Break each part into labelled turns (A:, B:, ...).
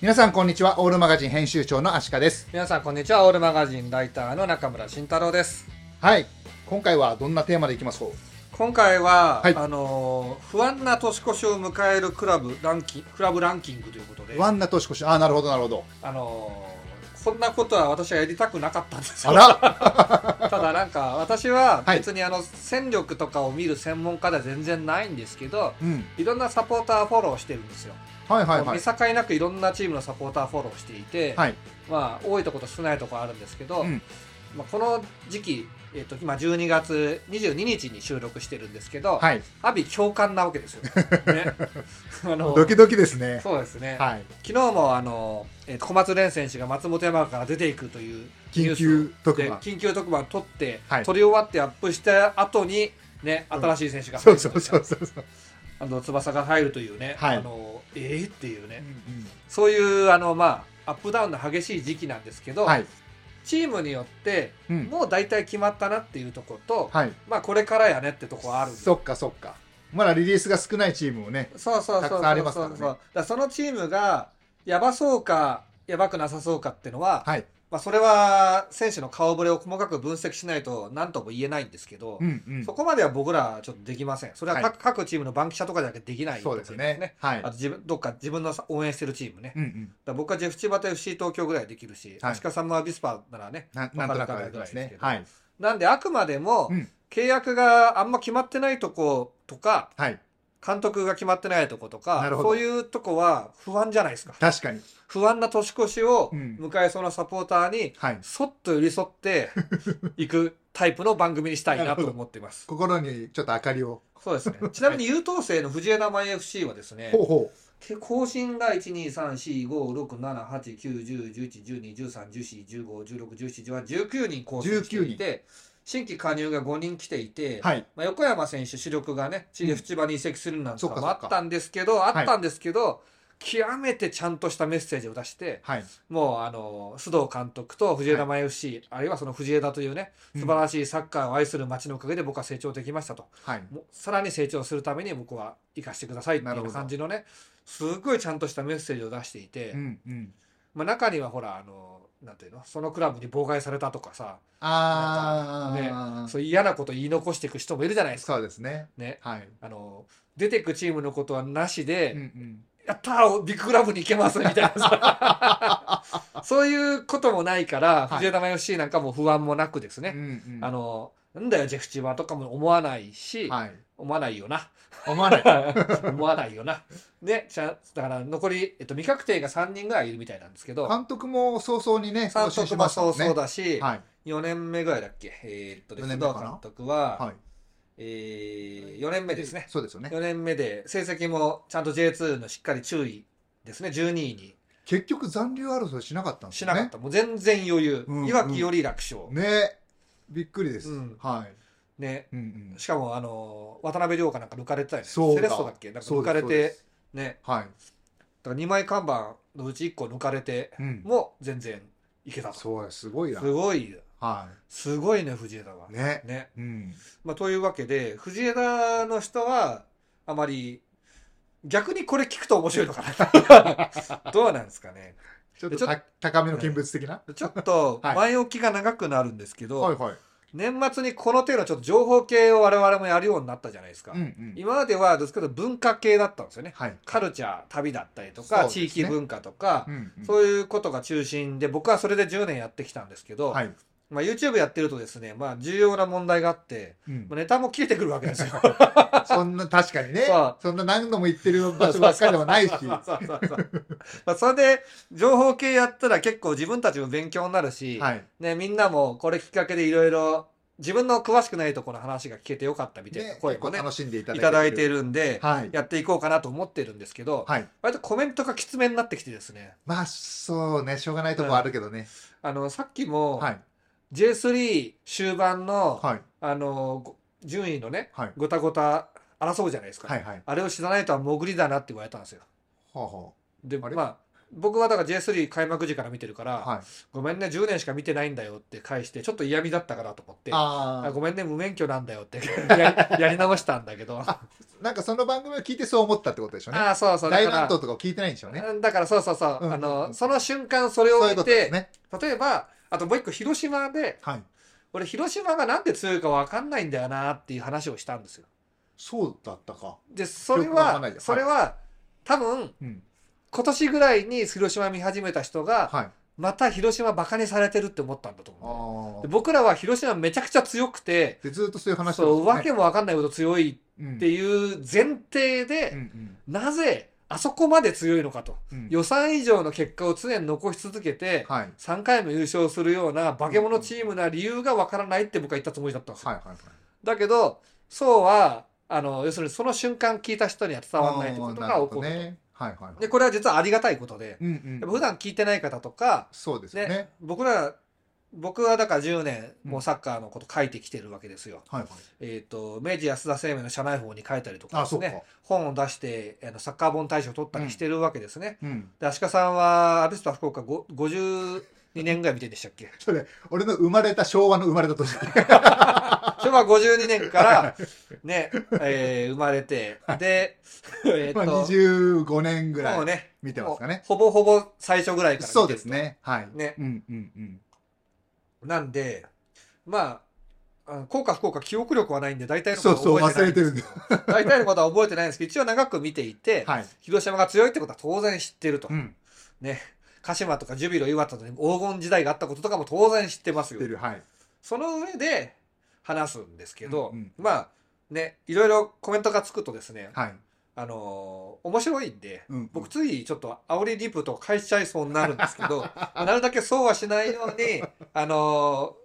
A: 皆さんこんにちはオールマガジン編集長のアシカです
B: 皆さんこんにちはオールマガジンライターの中村慎太郎です
A: はい今回はどんなテーマでいきますか
B: 今回は、
A: はい
B: あのー不安な年越しを迎えるクラブランキクラブランキングということで
A: ワンナ年越しああなるほどなるほど
B: あのーこんなことは私はやりたくなかったんです
A: あ
B: よ
A: ら
B: ただなんか私は
A: はい
B: 別にあの戦力とかを見る専門家では全然ないんですけど
A: うん
B: いろんなサポーターフォローしてるんですよ、
A: はいはいは
B: 見
A: い
B: 境なくいろんなチームのサポーターフォローしていて、
A: はい
B: まあ、多いとこと少ないとこあるんですけど、
A: うん
B: まあ、この時期、えっと今12月22日に収録してるんですけど、
A: はい
B: 阿炎共感なわけで すよ、ね あの
A: ドキドキですね
B: そうですね、
A: はい
B: 昨日もあの、えっと小松蓮選手が松本山から出ていくという
A: 緊急特
B: ニュー
A: 番
B: スで緊急特番撮って、
A: はい
B: 撮り終わってアップした後にね
A: うん
B: 新しい選手が
A: そ
B: 入
A: うそ
B: るという
A: うそうそうそう
B: あの翼が入るというね、
A: はい
B: あのえー、っていうね
A: う
B: そういうあのまあアップダウンの激しい時期なんですけど、
A: んはい
B: チームによって
A: うん
B: もう大体決まったなっていうとこと、
A: はい
B: まあこれからやねってとこはあるんです
A: そっかそっかまだリリースが少ないチームをね
B: そうそうそう
A: た
B: そ
A: く
B: う
A: さんありますから
B: そう
A: ね
B: そうだからそのチームがやばそうかやばくなさそうかっていうのは、
A: はい
B: まあ、それは選手の顔ぶれを細かく分析しないと何とも言えないんですけど、
A: うんうん
B: そこまでは僕らはちょっとできませんそれは各,、
A: はい
B: 各チームの番記者とかじゃなくてできない
A: そうですねはい
B: あと自分どっか自分の応援してるチームね、
A: うんうん
B: だから僕はジェフ千葉と FC 東京ぐらいできるし、
A: はい
B: 足利さんはビスパならね
A: ななんとなくあれですねはい
B: なんであくまでも、
A: うん
B: 契約があんま決まってないとことか
A: はい
B: 監督が決まってないとことか
A: なるほど
B: そういうとこは不安じゃないですか
A: 確かに
B: 不安な年越しを
A: うん
B: 迎えそうなサポーターに
A: はい
B: そっと寄り添っていくタイプの番組にしたいなと思っています
A: 心にちょっと明かりを
B: そうですねちなみに優等生の藤枝前 FC はですね
A: ほうほ
B: 更新が12345678910111213141516171819人更新していて新規加入が5人来ていて、
A: うはい
B: まあ、横山選手主力がね、チリフチバに移籍するなんて
A: そ
B: の
A: っか
B: も
A: そ
B: あ
A: っか
B: ったんですけど、あったんですけど、極めてちゃんとしたメッセージを出して、
A: はい
B: もうあの須藤監督と藤枝前 FC、あるいはその藤枝というね、素晴らしいサッカーを愛する街のおかげで僕は成長できましたと、
A: はい
B: もうさらに成長するために僕は生かしてくださいって
A: ないるほ
B: う
A: ど
B: 感じのね、すごいちゃんとしたメッセージを出していて、
A: うんうん
B: まあ、中にはほら、あのなんていうの、そのクラブに妨害されたとかさ、
A: ああ、
B: そういう嫌なこと言い残していく人もいるじゃないですか。
A: そうですね
B: ね
A: はい
B: あの出てくチームのことはなしで、
A: うんうん
B: やったービッグクラブに行けますみたい なさそういうこともないか
A: は
B: ら、
A: い
B: 藤枝前 FC なんかも不安もなくですね、
A: うんうん
B: あのなんだよジェフチバとかも思わないし、
A: はい
B: 思わないよな
A: 思わない
B: 思わないよなでちゃだから残り、えっと、未確定が3人ぐらいいるみたいなんですけ ど
A: 監督も早々にね
B: 監督もそうそう
A: だ
B: だし、
A: はい
B: 4年目ぐらいだっけえーっとです
A: 四
B: ね
A: 年目
B: 須
A: か
B: 藤
A: な
B: 監督は、
A: はい
B: え4年目ですね
A: そうですよね
B: 4年目で成績もちゃんと J2 のしっかり注意ですね12位に
A: 結局残留争いしなかったんです
B: し
A: よ
B: なか
A: ね
B: った、もう全然余裕、
A: うん
B: いわきより楽勝、
A: ねびっくりです
B: うん
A: はい
B: ね
A: うんうん
B: しかもあの渡辺亮かなんか抜かれてたよね
A: そうだ
B: セレッソだっけなんか
A: そう
B: 抜
A: で
B: か
A: す
B: れ
A: そうで
B: て
A: す
B: ね
A: はい
B: だから2枚看板のうち1個抜かれて
A: うん
B: も全然いけたとす
A: そうですごいな
B: ごい
A: は
B: すごいね藤枝はい
A: ね
B: ね、
A: うん
B: まあ、というわけで藤枝の人はあまり逆にこれ聞くと面白いのか などうなんですかね
A: ちょっ
B: ち
A: と
B: ょ
A: た高めの見物的な
B: ちょっと
A: はい
B: 前置きが長くなるんですけど、
A: はいはい
B: 年末にこの程度ちょっと情報系を我々もやるようになったじゃないですか、
A: うんうん
B: 今まではですけど文化系だったんですよね
A: はい
B: カルチャー旅だったりと
A: そう
B: か、
A: ですね
B: 地域文化とか、
A: うんうん
B: そういうことが中心で僕はそれで10年やってきたんですけど、
A: はい
B: まあ、YouTube やってるとですね、まあ、重要な問題があって、
A: うん
B: まあ、ネタも切れてくるわけですよ
A: そんな確かにね
B: そう
A: そんな何度も行ってる場所ばっかりでもないし
B: そうそうそうそうまあそれで情報系やったら結構自分たちも勉強になるし、
A: はい
B: ね、みんなもこれきっかけでいろいろ自分の詳しくないところの話が聞けてよかったみたいな
A: ね
B: 声も
A: 結
B: ね
A: 構楽しんでいただい
B: い
A: て
B: ただいて
A: る
B: るんで、
A: はい
B: やっていこうかなと思ってるんですけど、
A: はい
B: 割とコメントがきつめになってきてですね
A: まあそうねしょうがないとこはあるけどね
B: あのさっきも、
A: はい。
B: J3 終盤の,、
A: はい。
B: あのご順位のね
A: はい。
B: ごたごた争うじゃないですか、
A: はい。はい。
B: あれを知らないとは潜りだなって言われたんですよ
A: ほうほ
B: で
A: あれ
B: まあ僕はだから J3 開幕時から見てるから、
A: う。はい。
B: ごめんね10年しか見てないんだよって返してちょっと嫌味だったかなと思って
A: あ
B: あ
A: あ。
B: ごめんね無免許なんだよってやりやり直したんだけど
A: なんかその番組を聞いてそう思ったってことでしょうね。
B: ああ、そうそう。
A: 大
B: だから
A: 乱闘とかを聞いてないんでしょうね。
B: だからそうそうそう。
A: うんうんうん
B: あの、その瞬間それを
A: そういう
B: 見
A: ことで
B: て、
A: すね。
B: 例えば、あともう一個広島で、
A: はい。
B: 俺広島がなんで強いかわかんないんだよなっていう話をしたんですよ。
A: そうだったか。
B: で、それ
A: よくわかんない
B: は
A: で、す
B: それは、多分、
A: うん。
B: 今年ぐらいに広島見始めた人が、
A: はい。
B: また広島バカにされてるって思ったんだと思う。
A: あ
B: で
A: あ。
B: 僕らは広島めちゃくちゃ強くて、
A: で、ずっとそういう話
B: そう、
A: わ
B: わけもわかんないほど強い
A: っ
B: っていう前提で、
A: うんうん
B: なぜあそこまで強いのかと。
A: うん
B: 予算以上の結果を常に残し続けて、
A: はい。はい
B: 3回も優勝するような化け物チームな理由がわからないって僕は言ったつもりだったんですよ。
A: はいはい。
B: だけど、そうは、あの、要するにその瞬間聞いた人には伝わらないってことが
A: あーな
B: 起こる
A: るほどね。はいはいはい。
B: で、これは実はありがたいことで、
A: うんうん
B: やっぱ普段聞いてない方とか、
A: そうですよ
B: ね
A: ね。、
B: 僕ら、僕はだから10年もうサッカーのこと書いてきてるわけですよ。
A: はいはい。
B: えっ、と、明治安田生命の社内法に書いたりとか
A: あ、そ
B: です
A: うか
B: ね、。本を出して、あのサッカー本大賞を取ったりしてるわけですね。
A: うん。
B: で、アシカさんは、アベスト福岡ご52年ぐらい見てるんでしたっけ
A: それ、俺の生まれた昭和の生まれた年。
B: それは52年から、ね、えー生まれて、で、 え っ
A: ま
B: と、
A: あ
B: も
A: 25年ぐら
B: う
A: い
B: ね、
A: 見てますかね。
B: ほぼほぼ最初ぐらいから見てると
A: そうです。ね。はい。
B: ね
A: うんうんうん。
B: なんで、まあ、あの効果不効果記憶力はないんで、大体の
A: そう
B: こと
A: そう、
B: は
A: 忘
B: 覚え
A: れ
B: て
A: て
B: な
A: る
B: いん
A: ん
B: で
A: ですす。
B: 大体のことは覚えてないんですけど、一応長く見ていて、
A: はい。
B: 広島が強いってことは当然知ってると。
A: うん。
B: ね。鹿島とかジュビロ磐田とか黄金時代があったこととかも当然知ってます
A: 知っ
B: よ
A: て。る。はい。
B: その上で話すんですけど、
A: うんうん
B: まあね、いろいろコメントがつくとですね、
A: はい。
B: あのー面白いんで、
A: うんうん
B: 僕ついちょっと煽りリプとか返しちゃいそうになるんですけ ど、なるだけそうはしないように、あの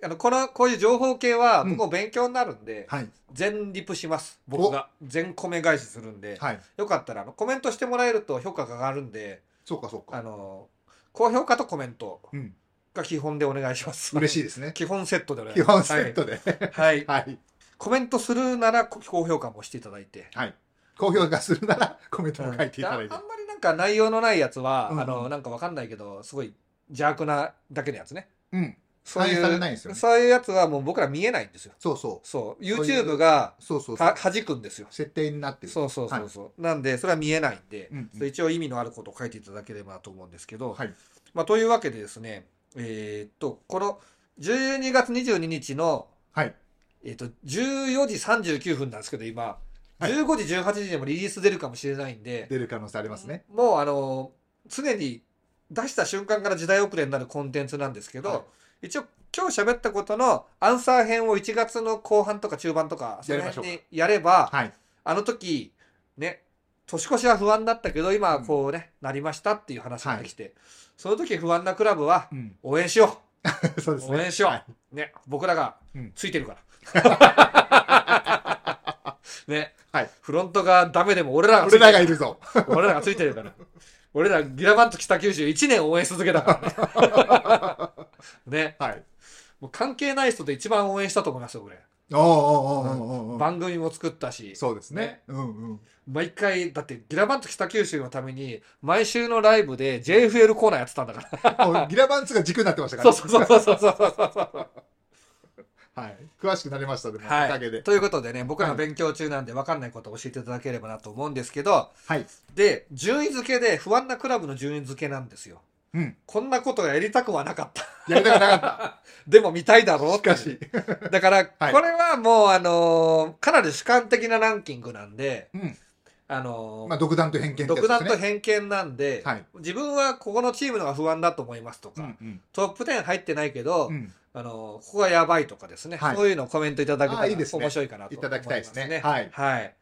B: ーあのこのこういう情報系は
A: うん
B: 僕も勉強になるんで、
A: はい。
B: 全リプします僕が全コメ返しするんで、
A: はい。
B: よかったらあのコメントしてもらえると評価が上がるんで、
A: そうかそう
B: あ
A: か。
B: のー高評価とコメント
A: うん。
B: が基本でお願いします。
A: 嬉しいですね。
B: 基本セットでお願い
A: 基
B: しま
A: 本
B: す。
A: セットで。
B: はい。は
A: は
B: い。
A: い。
B: コメントするなら高評価もしていただいて。
A: はい。高評価するならコメントも書いていただい て
B: ああ。んまりなんか内容のないやつは、
A: うんうん
B: あの、なんかわかんないけど、すごい邪悪なだけのやつね。
A: うん。
B: そうい
A: 反映されないん
B: う、
A: ですよね
B: そういうやつはもう僕ら見えないんですよ。
A: そうそ
B: そ
A: そ
B: う。
A: ういう
B: YouTube が
A: う。そうそうそう
B: は。弾くんですよ。
A: 設定になってる。
B: そうそうそうそう、なんで、それは見えないんで、
A: うんうん
B: それ一応意味のあることを書いていただければと思うんですけど、
A: はい。
B: まあ、というわけでですね、えーっと、この12月22日の、
A: はい。
B: えっと、14時39分なんですけど、今、
A: はい
B: 15時、18時でもリリース出るかもしれないんで、
A: 出る可能性ありますね。
B: もう、あの、常に出した瞬間から時代遅れになるコンテンツなんですけど、
A: はい
B: 一応、今日喋ったことのアンサー編を1月の後半とか中盤とか、そ
A: や
B: の
A: りましょう
B: 辺にやれば、
A: はい。
B: あの時、ね、年越しは不安だったけど、今はこうね、なりましたっていう話ができて、その時不安なクラブは
A: うん。
B: 応援しよ
A: そう
B: う、
A: です
B: 応
A: ね。
B: 援しよう、
A: はい
B: ね、僕らが
A: うん
B: ついてるから。 ね、
A: はい
B: フロントがダメでも俺らがついて
A: 俺
B: る
A: らがいるぞ。
B: 俺らがついてるから。俺らギラバンと北九州1年応援し続け たからね。ね。
A: はい。
B: もう関係ない人で一番応援したと思いますよ、俺。
A: おーおーおーおーおー
B: 番組も作ったし、
A: そうですね
B: ね。
A: うんうん。
B: 毎回、だってギラバンと北九州のために、毎週のライブで JFL コーナーやってたんだから。
A: もうギラバンツが軸になってましたか
B: そう
A: ら。
B: そうそうそうそうそうそう。
A: はい。詳しくなりましたでも、お
B: は
A: かげ
B: い。
A: で。
B: ということでね、僕ら
A: はい
B: 勉強中なんで分かんないことを教えていただければなと思うんですけど、
A: はい。
B: で、順位付けで不安なクラブの順位付けなんですよ。
A: うん。
B: こんなことやりたくはなかった。
A: やりたくなかっ
B: でも見たいだろう
A: た。
B: っ
A: して
B: いう
A: かし。
B: だから、
A: はい
B: これはもう、あのーかなり主観的なランキングなんで、
A: うん。
B: あのー
A: まあ、独断と偏見ってやつで
B: 独
A: すね
B: 断と偏見なんで、
A: はい
B: 自分はここのチームのが不安だと思いますとか、
A: うん
B: トップ10入ってないけど、
A: うん。うん。
B: あのーここがやばいとかですね、
A: はい
B: そういうのをコメントいただけたら
A: あいいですね
B: 面白いかなと思います、ね。
A: いただきたいですねはい
B: はい。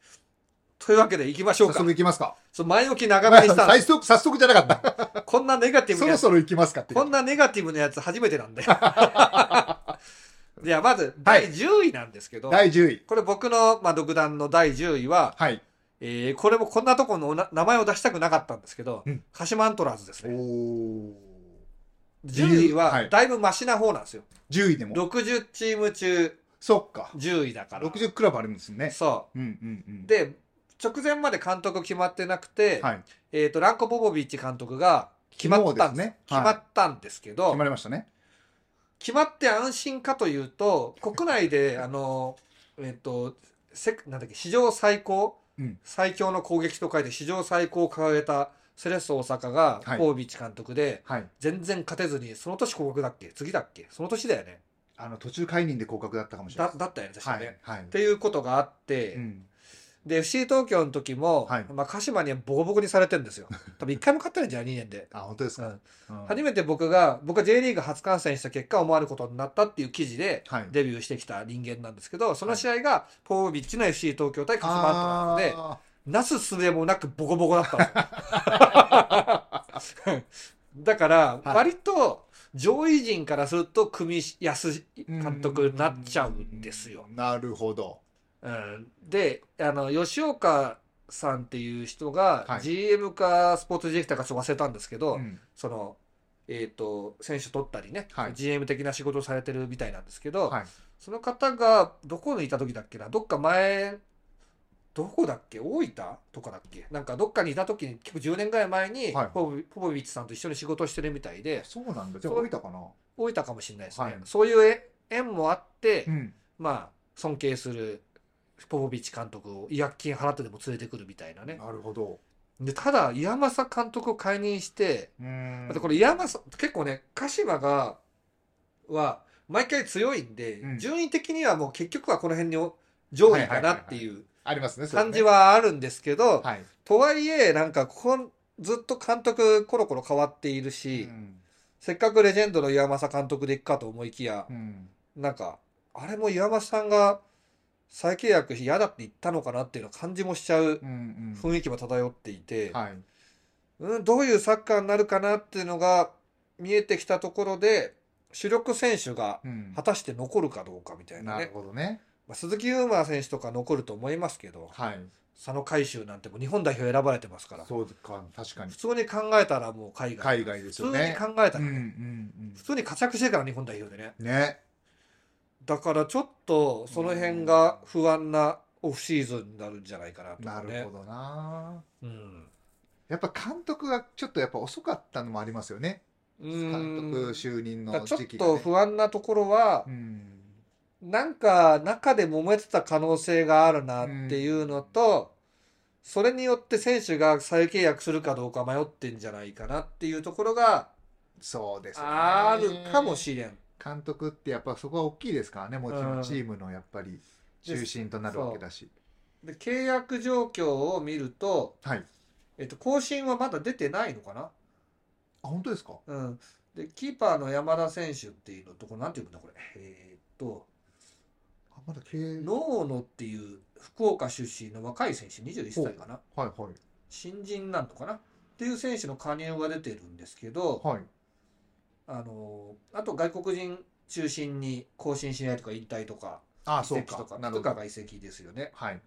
B: というわけで行きましょう
A: 早
B: か。
A: 速行きますか。
B: そう前置き長めにしたんで
A: 早
B: す
A: 速、早速じゃなかっ
B: こんなネガ
A: た。
B: ティブ
A: そ
B: なや
A: ろ
B: つ
A: そろ行きますかっていう。
B: こんなネガティブなやつ初めてな んで。じゃあまず第10位なんですけど、
A: 第10位。
B: これ僕の、まあ、独断の第10位は、
A: はい。
B: えーこれもこんなところのおな名前を出したくなかったんですけど、
A: うん
B: 鹿島アントラーズです
A: お
B: ね。
A: ー。
B: 10位
A: は
B: はいだいぶマシな方なんですよ。
A: 10位でも。
B: 60チーム中
A: そっか。
B: 10位だから。
A: 60クラブあるんですね。
B: そ
A: うんうんうん。
B: う。、で、直前まで監督決まってなくて、
A: はい。
B: えっ、と、ランコ・ポポビッチ監督が決まったん
A: 昨日で
B: です
A: すね
B: 決まったんですけど、
A: 決まりましたね。
B: 決まって安心かというと、国内で、あの、えっと、せなんだっけ史上最高、
A: うん
B: 最強の攻撃と書いて史上最高を掲げたセレッソ大阪が
A: はい
B: ポービッチ監督で
A: はい。
B: 全然勝てずにその年降格だっけ次だっけその年だよね
A: あの、途中解任で降格だったかもしれな
B: だ
A: い。
B: だったよね確か
A: は
B: ね、
A: い。はい
B: っ。ていうことがあって、
A: うん。
B: で FC 東京の時も、
A: はい
B: まあ、鹿島にはボコボコにされてる んですよ多分一回も勝ってないんじゃない2年で、
A: あ、本当です
B: う
A: か。
B: ん
A: うん
B: 初めて僕が僕が J リーグ初観戦した結果思わぬことになったっていう記事で
A: はい。
B: デビューしてきた人間なんですけどその試合がポービッチの FC 東京対鹿島だったので
A: あ
B: なすすべもなくボコボコだった んですよだから
A: はい
B: 割と上位陣からすると組安
A: ー
B: 監督になっちゃうんですよ。
A: なるほど。
B: うんであの吉岡さんっていう人が
A: はい
B: GM かスポーツディレクターかちょっと忘れたんですけど、
A: うん
B: その、えー、と選手取ったりね、
A: はい
B: GM 的な仕事をされてるみたいなんですけど、
A: はい。
B: その方がどこにいた時だっけなどっか前どこだっけ大分とかだっけなんかどっかにいた時に結構10年ぐらい前に
A: はい
B: ポポポビッチさんと一緒に仕事をしてるみたいで
A: そうなんだ。じゃあ、
B: そう
A: 降りたかな。
B: 大分かもしれないですね、
A: はい
B: そういうえ縁もあって、
A: うん。
B: まあ尊敬するポポビッチ監督を違約金払ってでも連れてくるみたいなね
A: なるほど。
B: でただ岩政監督を解任して
A: うーん。
B: あとこれ岩政結構ね鹿島がは毎回強いんで、
A: うん
B: 順位的にはもう結局はこの辺に上位かなっていう
A: ありますね。それね
B: 感じ。はあるんですけど、
A: はい。
B: とはいえなんかここずっと監督コロコロ変わっているし、
A: うん
B: せっかくレジェンドの岩政監督でいくかと思いきや
A: う、ん。
B: なんかあれも岩政さんが再契約嫌だって言ったのかなっていうの感じもしちゃう
A: うん。うん
B: 雰囲気も漂っていて。
A: はい。
B: うん、どういうサッカーになるかなっていうのが見えてきたところで主力選手が
A: うん
B: 果たして残るかどうかみたいな
A: な
B: ね
A: るほどね。
B: まあ、鈴木優馬選手とか残ると思いますけど
A: はい。
B: 佐野海舟なんてもう日本代表選ばれてますから
A: そうか、確かに
B: 普。通に考えたらもう海外
A: 海外で
B: 普
A: す
B: 通
A: よ
B: に
A: ね。
B: 考えた
A: う
B: ら、
A: んうん
B: 普通に活躍してるから日本代表でね
A: うん。ね。
B: だからちょっとその辺が不安なオフシーズンになるんじゃないかなと
A: な
B: かね
A: るほどな。
B: うん
A: やっぱ監督がちょっとやっぱ遅かったのもありますよね。
B: うん
A: 監督就任
B: だか
A: の
B: らちょっ
A: 時期が、
B: と
A: ね。
B: 不安なところは、
A: うん。
B: なんか中で揉めてた可能性があるなっていうのと、それによって選手が再契約するかどうか迷ってんじゃないかなっていうところが
A: そうですよね
B: あるかもしれん。
A: 監督ってやっぱそこは大きいですからね。もちろ
B: うんん
A: チームのやっぱり中心となるわけだし。
B: で契約状況を見ると、
A: はい。
B: えっと、更新はまだ出てないのかな
A: あ、本当ですか
B: うん。で、キーパーの山田選手っていうのと、これなんていうんだこれ。えーっと、
A: あまだ経営。
B: ノーノっていう福岡出身の若い選手、21歳かな。
A: はいはい。
B: 新人なのかなっていう選手の加入が出てるんですけど、
A: はい。
B: あのあと外国人中心に更新しないとか引退とか
A: あ、
B: 移
A: そう
B: 籍
A: か。
B: とか
A: なる
B: と
A: ほ
B: か
A: ど。
B: が移籍ですよね
A: はい。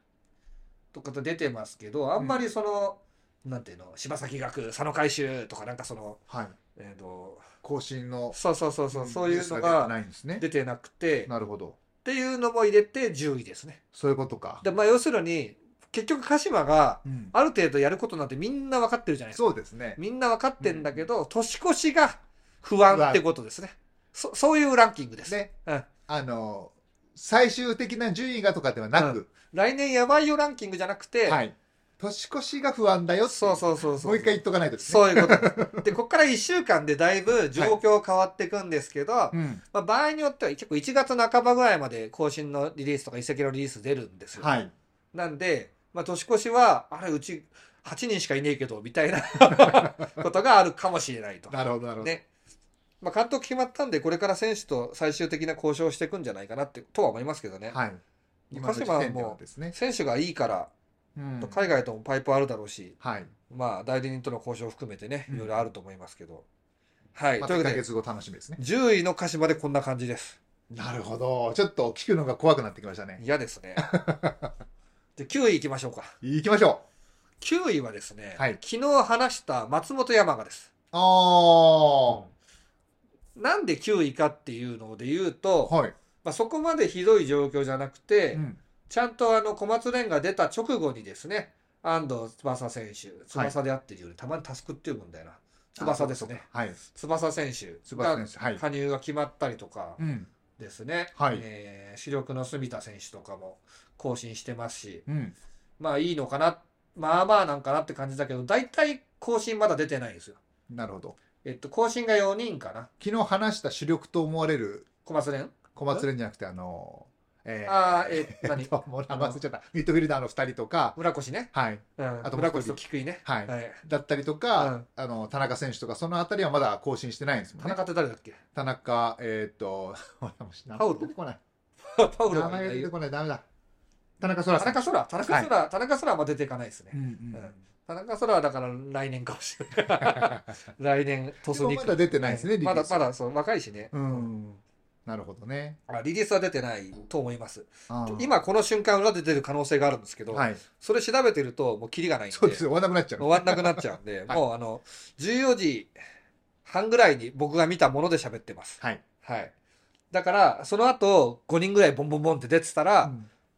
B: とかと出てますけどあんまりその、なんていうの柴崎学佐野海舟とかなんかその
A: はい。
B: えっ、と
A: 更新の。
B: そうそうそうそう、
A: ん
B: そういうの
A: ニュース出て
B: が
A: ないんですね。
B: 出てなくてっ
A: なるほど。
B: ていうのも入れて10位ですね
A: そういうことか。
B: でまあ要するに結局鹿島が
A: うん。
B: ある程度やることなんてみんな分かってるじゃないですか
A: そうですね。
B: みんな分かってんだけど、年越しが不安ってことですねそそういうランキングです
A: ね。
B: うん
A: あの、最終的な順位がとかではなく、
B: 来年やばいよランキングじゃなくて、
A: はい。年越しが不安だよってい
B: そうそうそうそう。
A: もう一回言っとかないとですね。
B: そういうことです。で、ここから1週間でだいぶ状況変わっていくんですけど、
A: うん。
B: まあ、場合によっては結構1月半ばぐらいまで更新のリリースとか移籍のリリース出るんですよ。
A: はい。
B: なんで、まあ、年越しは、あれ、うち8人しかいねえけど、みた いなことがあるかもしれないと。
A: なるほど、なるほど。
B: ね。まあ、監督決まったんで、これから選手と最終的な交渉をしていくんじゃないかなって、とは思いますけどね。
A: はい。今の時
B: 鹿島は
A: 点では
B: も
A: ですね。
B: 選手がいいから、
A: うん
B: 海外ともパイプあるだろうし、
A: はい。
B: まあ、代理人との交渉を含めてね、
A: うん
B: いろいろあると思いますけど。はい。
A: ま
B: と
A: た
B: いう
A: 1
B: わ
A: ヶ
B: けで、
A: 月後楽しみですね。
B: 10位の鹿島でこんな感じです。
A: なるほど。ちょっと聞くのが怖くなってきましたね。
B: 嫌で すね。じゃあ9位行きましょうか。
A: 行きましょ
B: 9位はですね、
A: はい
B: 昨日話した松本山雅です。
A: う。あ
B: なんで9位かっていうので言うと、
A: ー。はい。
B: まあ、そこまでひどい状況じゃなくて、
A: うん
B: ちゃんとあの小松蓮が出た直後にですね、安藤翼選手、翼であってるように、たまにタスクっていうんだよな。翼ですね。
A: はい。
B: 翼選手
A: 翼
B: が
A: 選手。はい。
B: 加入が決まったりとか、
A: うん。
B: ですね、
A: はい
B: えー主力の住田選手とかも更新してますし、
A: うん。
B: まあいいのかな、まあまあなんかなって感じだけど、大体更新まだ出てないんですよ。
A: なるほど。
B: えっと、更新が4人かな、
A: 昨日話した主力と思われる
B: 小松連。
A: 小松連じゃなくて、あの、えー
B: あーえー 何
A: ともう名前忘れちゃった。ミッドフィルダーの二人とか、
B: 村越ね。
A: はい。
B: うん、
A: あともう一人
B: 村越と菊井ね。
A: はい。
B: はい。
A: だったりと
B: う
A: か
B: ん、
A: あの、田中選手とか、そのあたりはまだ更新してないんですもん
B: 田
A: ね。
B: 中って誰だっけ
A: 田中、えーっと、 名
B: パウ
A: 前
B: ロ
A: 出てこない。
B: パウロ
A: 名
B: が
A: 前
B: い
A: 出て
B: る。
A: こない。ダメだ。田中空
B: 田
A: さん。
B: 中空、田中空、田中空はまあ出ていかないですね。
A: うん
B: うん 田中空はだから来年かもしれない。 来年、
A: う
B: ト
A: ん。
B: ス
A: でも
B: に
A: まだ出てないですね、リリ
B: まだ
A: ース
B: まだそう若いしね、
A: うん。なるほどね。
B: あリリースは出てないと思います
A: あー、
B: 今この瞬間裏で出てる可能性があるんですけど、
A: はい。
B: それ調べてるともうキリがないんで
A: そうですよ。終わらなくなっちゃ
B: 終
A: う。
B: わんなくなっちゃうん
A: は
B: で、
A: い
B: もうあの14時半ぐらいに僕が見たもので喋ってます
A: はい。
B: はいだからその後5人ぐらいボンボンボンって出てたら、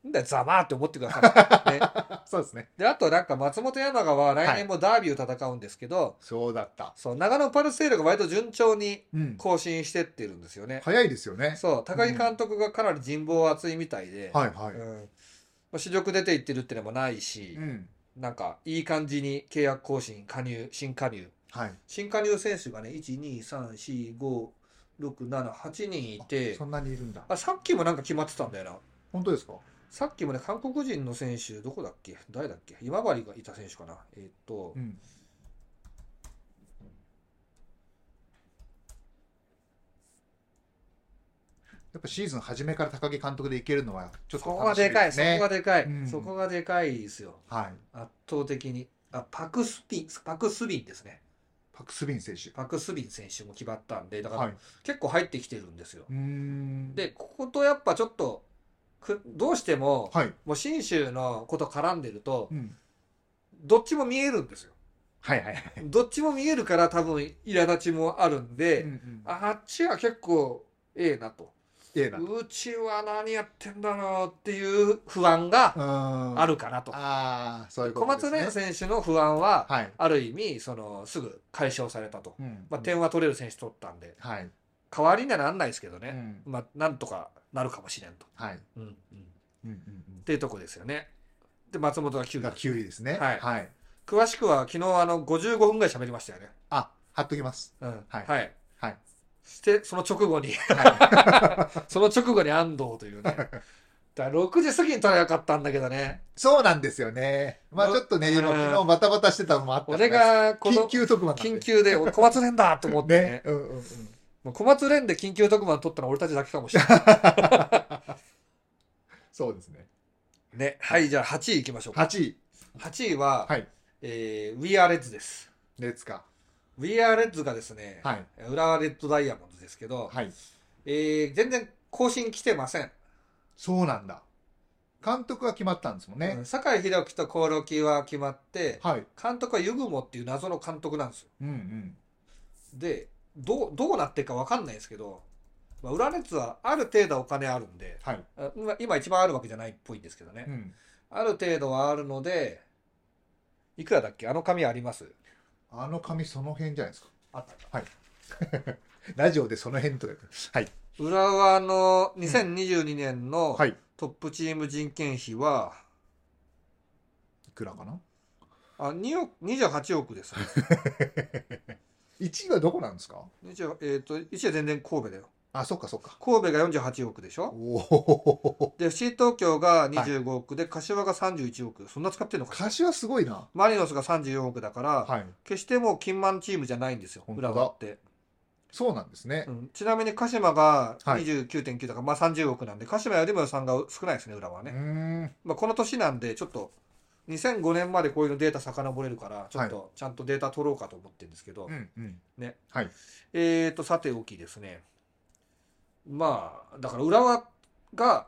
B: なんだよざまーって思ってください、ね、
A: そうです ね。
B: であとなんか松本山雅は来年もダービーを戦うんですけど、
A: そうだった。
B: そう長野パルセールが割と順調に
A: うん。
B: 更新してってるんですよね、
A: 早いですよね。
B: そう高木監督がかなり人望厚いみたいで、
A: はいは
B: う
A: い。
B: んまあ、主力出ていってるってのもないし
A: う、ん。
B: なんかいい感じに契約更新加入新加入
A: はい。
B: 新加入選手がね1234567人いて
A: そんなにいるんだ。
B: あさっきもなんか決まってたんだよな
A: 本当ですか
B: さっきもね韓国人の選手どこだっけ誰だっけ今治がいた選手かなえーっと
A: うん。やっぱシーズン初めから高木監督でいけるのはちょっ
B: そ
A: と
B: こ
A: 楽
B: が
A: しみ
B: でかい
A: で
B: そ
A: す
B: こ
A: ね。
B: がでかい、
A: うん
B: そこがでかいですよ
A: はい。
B: 圧倒的にあパクスピンパクスビンですね
A: パク・スビン選手。
B: パクスビン選手も決まったんでだから
A: はい。
B: 結構入ってきてるんですよ。
A: うーん。、
B: でこことやっぱちょっとくどうしても、
A: はい。
B: もう信州のこと絡んでると
A: うん。
B: どっちも見えるんですよ。
A: はいはいはい。
B: どっちも見えるから多分苛立ちもあるんで、
A: うんうん
B: あっちは結構ええなと
A: ええな。
B: うちは何やってんだろうっていう不安があ
A: あ
B: るかなと。
A: ああ、そういうこ
B: 小
A: とで
B: 松
A: すね。
B: 蓮選手の不安は、
A: はい。
B: ある意味そのすぐ解消されたと、
A: うん
B: まあ、点は取れる選手取ったんで
A: はい。
B: 代わりにはなんないですけど
A: う
B: ね、
A: ん
B: まあ、なんとかなるかもしれんと。
A: はい。
B: うんうん
A: うんうん
B: っていうとこですよね。で、松本が
A: う
B: 9
A: ん。が9位ですね。
B: はい
A: はい。
B: 詳しくは昨日あの55分ぐらい喋りましたよね。
A: あ、貼っときます。
B: うん。
A: はい
B: はい。
A: はい
B: して、その直後に、
A: は
B: その直後に安藤と いうね。だから6時過ぎに取らよかったんだけどね
A: い。そうなんですよね。まあちょっとね、
B: うん
A: 今昨日バタバタしてたのもあ ったんで
B: 俺がこ
A: 緊
B: の
A: 急特番なんで
B: 緊急 でお小松連だと思ってね
A: ね。。うんうんうん。
B: もう小松連で緊急特番取ったの俺たちだけかもしれない。
A: そうですね。
B: ね。はい、じゃあ8位行きましょうか。
A: 8位。
B: 8位は、
A: はい。
B: えー、We Are Reds です。
A: 熱か。
B: We Are Reds がですね、
A: はい。
B: 浦和レッドダイヤモンドですけど、
A: はい。
B: えー全然更新来てません。
A: そうなんだ。監督が決まったんですもん
B: う
A: ね
B: ん。酒井宏樹と興梠は決まって、
A: はい。
B: 監督はユグモっていう謎の監督なんですよ。
A: うんうん。
B: で、どう、どうなってるか分かんないですけど、まあ、裏熱はある程度お金あるんで、
A: はい。
B: あ今今一番あるわけじゃないっぽいんですけどね。
A: うん。
B: ある程度はあるので、いくらだっけあの紙あります
A: あの紙その辺じゃない ですか。
B: あった
A: ラジオでその辺とか言う。はい。
B: 浦和の2022年の
A: はい。
B: トップチーム人件費は、
A: いくらかな
B: あ2億28億ですね。
A: ?1 位はどこなんですか
B: 20えっ、と、1は全然神戸だよ。
A: あ、そっかそっか。
B: 神戸が48億でしょ
A: おお。
B: で、FC 東京が25億で、柏が31億。そんな使ってんのか。
A: 柏すごいな。
B: マリノスが34億だから、
A: はい。
B: 決してもう金満チームじゃないんですよ、
A: 本当だ
B: 浦和って。
A: そうなんですね
B: う。んちなみに鹿島が
A: はい
B: 29.9だから、まあ30億なんで、鹿島よりも予算が少ないですね、浦和は
A: う
B: ね。
A: ーん。
B: まあ、この年なんで、ちょっと、2005年までこういうのデータ遡れるから、ちょっとちゃんとデータ取ろうかと思ってるんですけど、
A: うんうん。
B: ね。
A: はい。
B: えーと、さておきですね。まあ、だから浦和が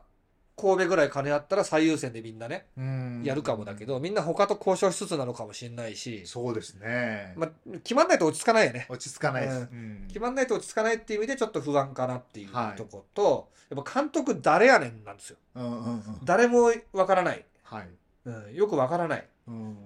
B: 神戸ぐらい金あったら最優先でみんなね、
A: うーん
B: やるかもだけ。ど、みんな他と交渉しつつなのかもしれないし、
A: そうですね。
B: まあ、決まんないと落ち着かないよね。
A: 落ち着かないです。
B: う
A: うん
B: 決まんないと落ち着かないっていう意味でちょっと不安かなっていう
A: はい
B: とこと、やっぱ監督誰やねんなんですよ。
A: うんうんうん。
B: 誰もわからない。
A: はい。
B: うん、よくわからない。
A: うん。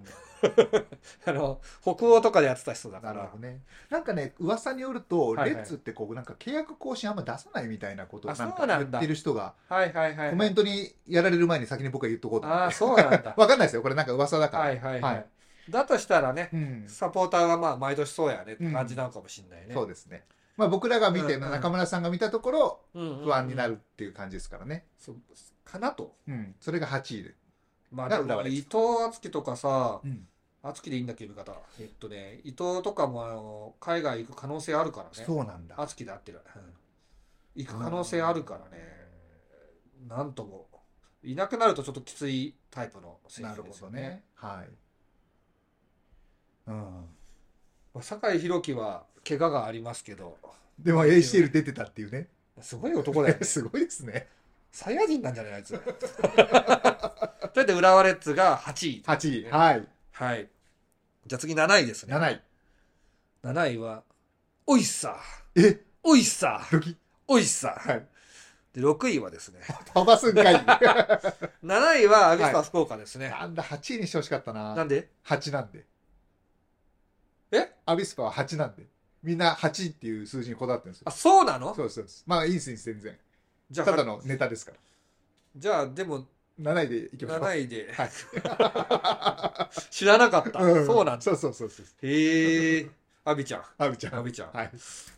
B: あの北欧とかでやってた人だ
A: な
B: か
A: る
B: ら
A: ほどね。なんかね、噂によると、
B: はいはい
A: レッツってこう、なんか契約更新あんま出さないみたいなことを
B: あ
A: なん
B: そう
A: か
B: な
A: 言
B: んだ
A: ってる人が、
B: はいはいはい
A: コメントにやられる前に先に僕が言っとこうと思
B: あ
A: っ
B: あ
A: て。
B: そうなんだ
A: わかんないですよ。これなんか噂だから。
B: はいはいはい、
A: はい
B: だとしたらね
A: うん。
B: サポーターはまあ毎年そうやねって感じなのかもしれないね、
A: そうですね。まあ僕らが見て、
B: うんうん
A: 中村さんが見たところ、
B: うんうんうん
A: 不安になるっていう感じですからね。
B: そうかなと
A: うん。それが8位で。
B: まあ
A: が
B: で
A: 浦和
B: も
A: レッズ
B: 伊藤敦樹とかさ
A: うん。
B: 敦樹でいいんだっけ呼び方えっとね伊藤とかもあの海外行く可能性あるからね
A: そうなんだ。
B: 敦樹で合ってる、うん行く可能性あるからね、なんともいなくなるとちょっときついタイプの選
A: な
B: 手
A: る
B: です
A: ほ
B: よ
A: ど
B: ね
A: ね。はい。うん。
B: まあ酒井宏樹は怪我がありますけど
A: でも ACL 出てたっていうね。
B: すごい男だ よね
A: すごいですね。
B: サイヤ人なんじゃないあい つそれで浦和レッズが8位
A: 8位。はい。
B: はいじゃあ次7位ですね
A: 7位。
B: 7位はおいさ
A: え
B: おいさ
A: ドキ。
B: おいさ
A: はい。
B: で6位はですね
A: 飛ばすんか い。
B: 7位はアビスパ福岡ですね、
A: なんだ、8位にしてほしかった
B: な
A: な。
B: んで
A: 8なんで。
B: え
A: アビスパは8なんで。みんな8っていう数字にこだわってるんですよ
B: あ。そうなの
A: そうです、そうです。まあ、いいです、いいです、全然。
B: じゃ
A: ただ
B: あ
A: のネタですか
B: じゃあでも
A: ら。7位でいきましょう。
B: 7位で
A: は
B: 知らなかった、
A: い。ん
B: そうなんだ
A: そうそうそうそう。
B: へえ阿ビちゃん
A: アビちゃ
B: 阿
A: ん。
B: ビちゃん
A: はい。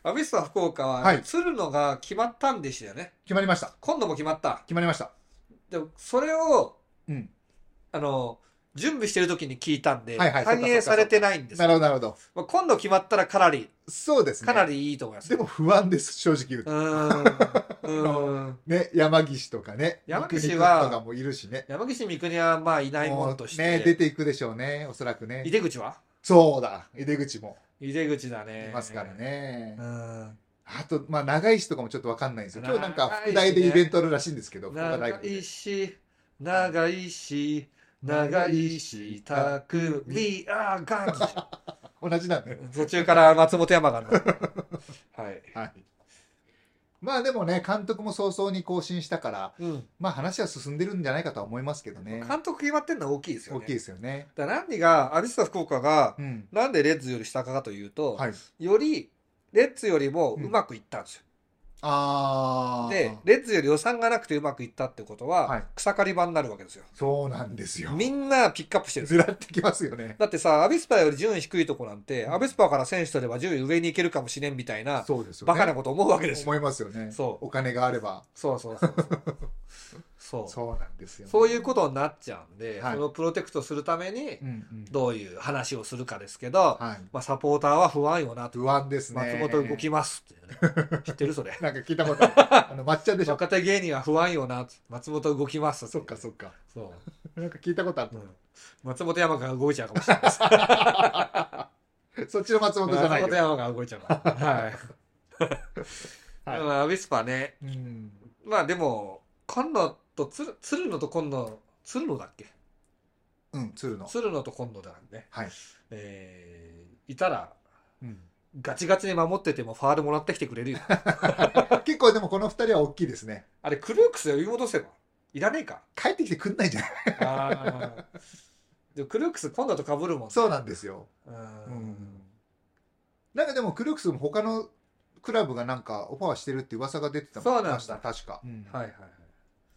B: 阿ビスパ福岡は、
A: はい
B: 鶴野が決まったんでしたよね
A: 決まりました。
B: 今度も決まった
A: 決まりました。
B: でもそれを
A: うん。
B: あの準備してる時に聞いたんで、
A: はいはい
B: 反映されてないんです
A: なるほど、なるほど。
B: まあ、今度決まったらかなり
A: そうですね。
B: かなりいいと思 います
A: でも不安です、正直言う
B: う
A: と。
B: ーんうーん
A: ね、山岸とかね。
B: 山岸は
A: 三國君とかもいるしね。
B: 山岸三国はまあいないもんとして、
A: もうね、出ていくでしょうね、おそらくね
B: 井。出口は
A: そうだ、井出口も
B: 井出口だ
A: い
B: ね
A: ますからね
B: う。ん
A: あと、まあ、長石とかもちょっとわかんないんですよ。今日なんか、
B: 長いしね
A: 副題でイベントあるらしいんですけど、福岡大
B: 長
A: 学で
B: いし長いし長いし拓海あーガン
A: 同じなんだよ。
B: 途中から松本山 がなはい、
A: はい。まあでもね、監督も早々に更新したから、
B: うん、
A: まあ話は進んでるんじゃないかとは思いますけどね。
B: 監督決まってるのは大きいですよ
A: 大
B: ね
A: きいですよね。
B: だから何がアビスタ福岡が
A: うん。
B: なんでレッズより下かというと、
A: はい。
B: よりレッズよりもうまくいったんですよ、
A: ああ。
B: でレッズより予算がなくてうまくいったってことは、
A: はい
B: 草刈り場になるわけですよ
A: そうなんですよ。
B: みんなピックアップしてるんです
A: ず
B: よ
A: らってきますよね。
B: だってさアビスパより順位低いとこなんて、
A: うん
B: アビスパから選手取れば順位上に行けるかもしれんみたいな、
A: そうですよね。
B: バカなこと思うわけですよ
A: 思いますよね。
B: そう
A: お金があれば。
B: そうそうそうそうそう
A: そうなんですよね。
B: そういうことになっちゃうんで、
A: はい
B: そのプロテクトするために
A: うんうん。
B: どういう話をするかですけど、
A: はい。
B: まあ、サポーターは不安よなと
A: 不安です
B: 松
A: ね。
B: 本動きますっていうね知ってるそれ
A: なんか聞いたことあ る。あの、抹 茶でしょ。
B: 若手芸人は不安よな松本動きます
A: そっかそっか。
B: そう
A: なんか聞いたことあ
B: う
A: る。
B: ん松本山が動いちゃうか もしれないです。
A: そっちの松本じゃない
B: 松本
A: よ。
B: 山が動いちゃ うから。はい。
A: はい
B: まあアビスパね。
A: うん。
B: まあでも、今野と鶴鶴野と今野、鶴野だっけ
A: うん、鶴の。
B: 鶴野と今野だね。
A: はい。
B: えー、いたら、
A: うん
B: ガチガチに守っててもファールもらってきてく れるよ。
A: 結構でもこの二人は大きいですね。
B: あれ、クルークス呼び戻せばいらねえか。
A: 帰ってきてくんないじゃない
B: ああ。でもクルークス今野と被るもんね
A: そうなんですよ。
B: う
A: うんん。なんかでもクルークスも他のクラブがなんかオファーしてるって噂が出てた
B: そうなんだ
A: ました確か。うん
B: はいはいはい。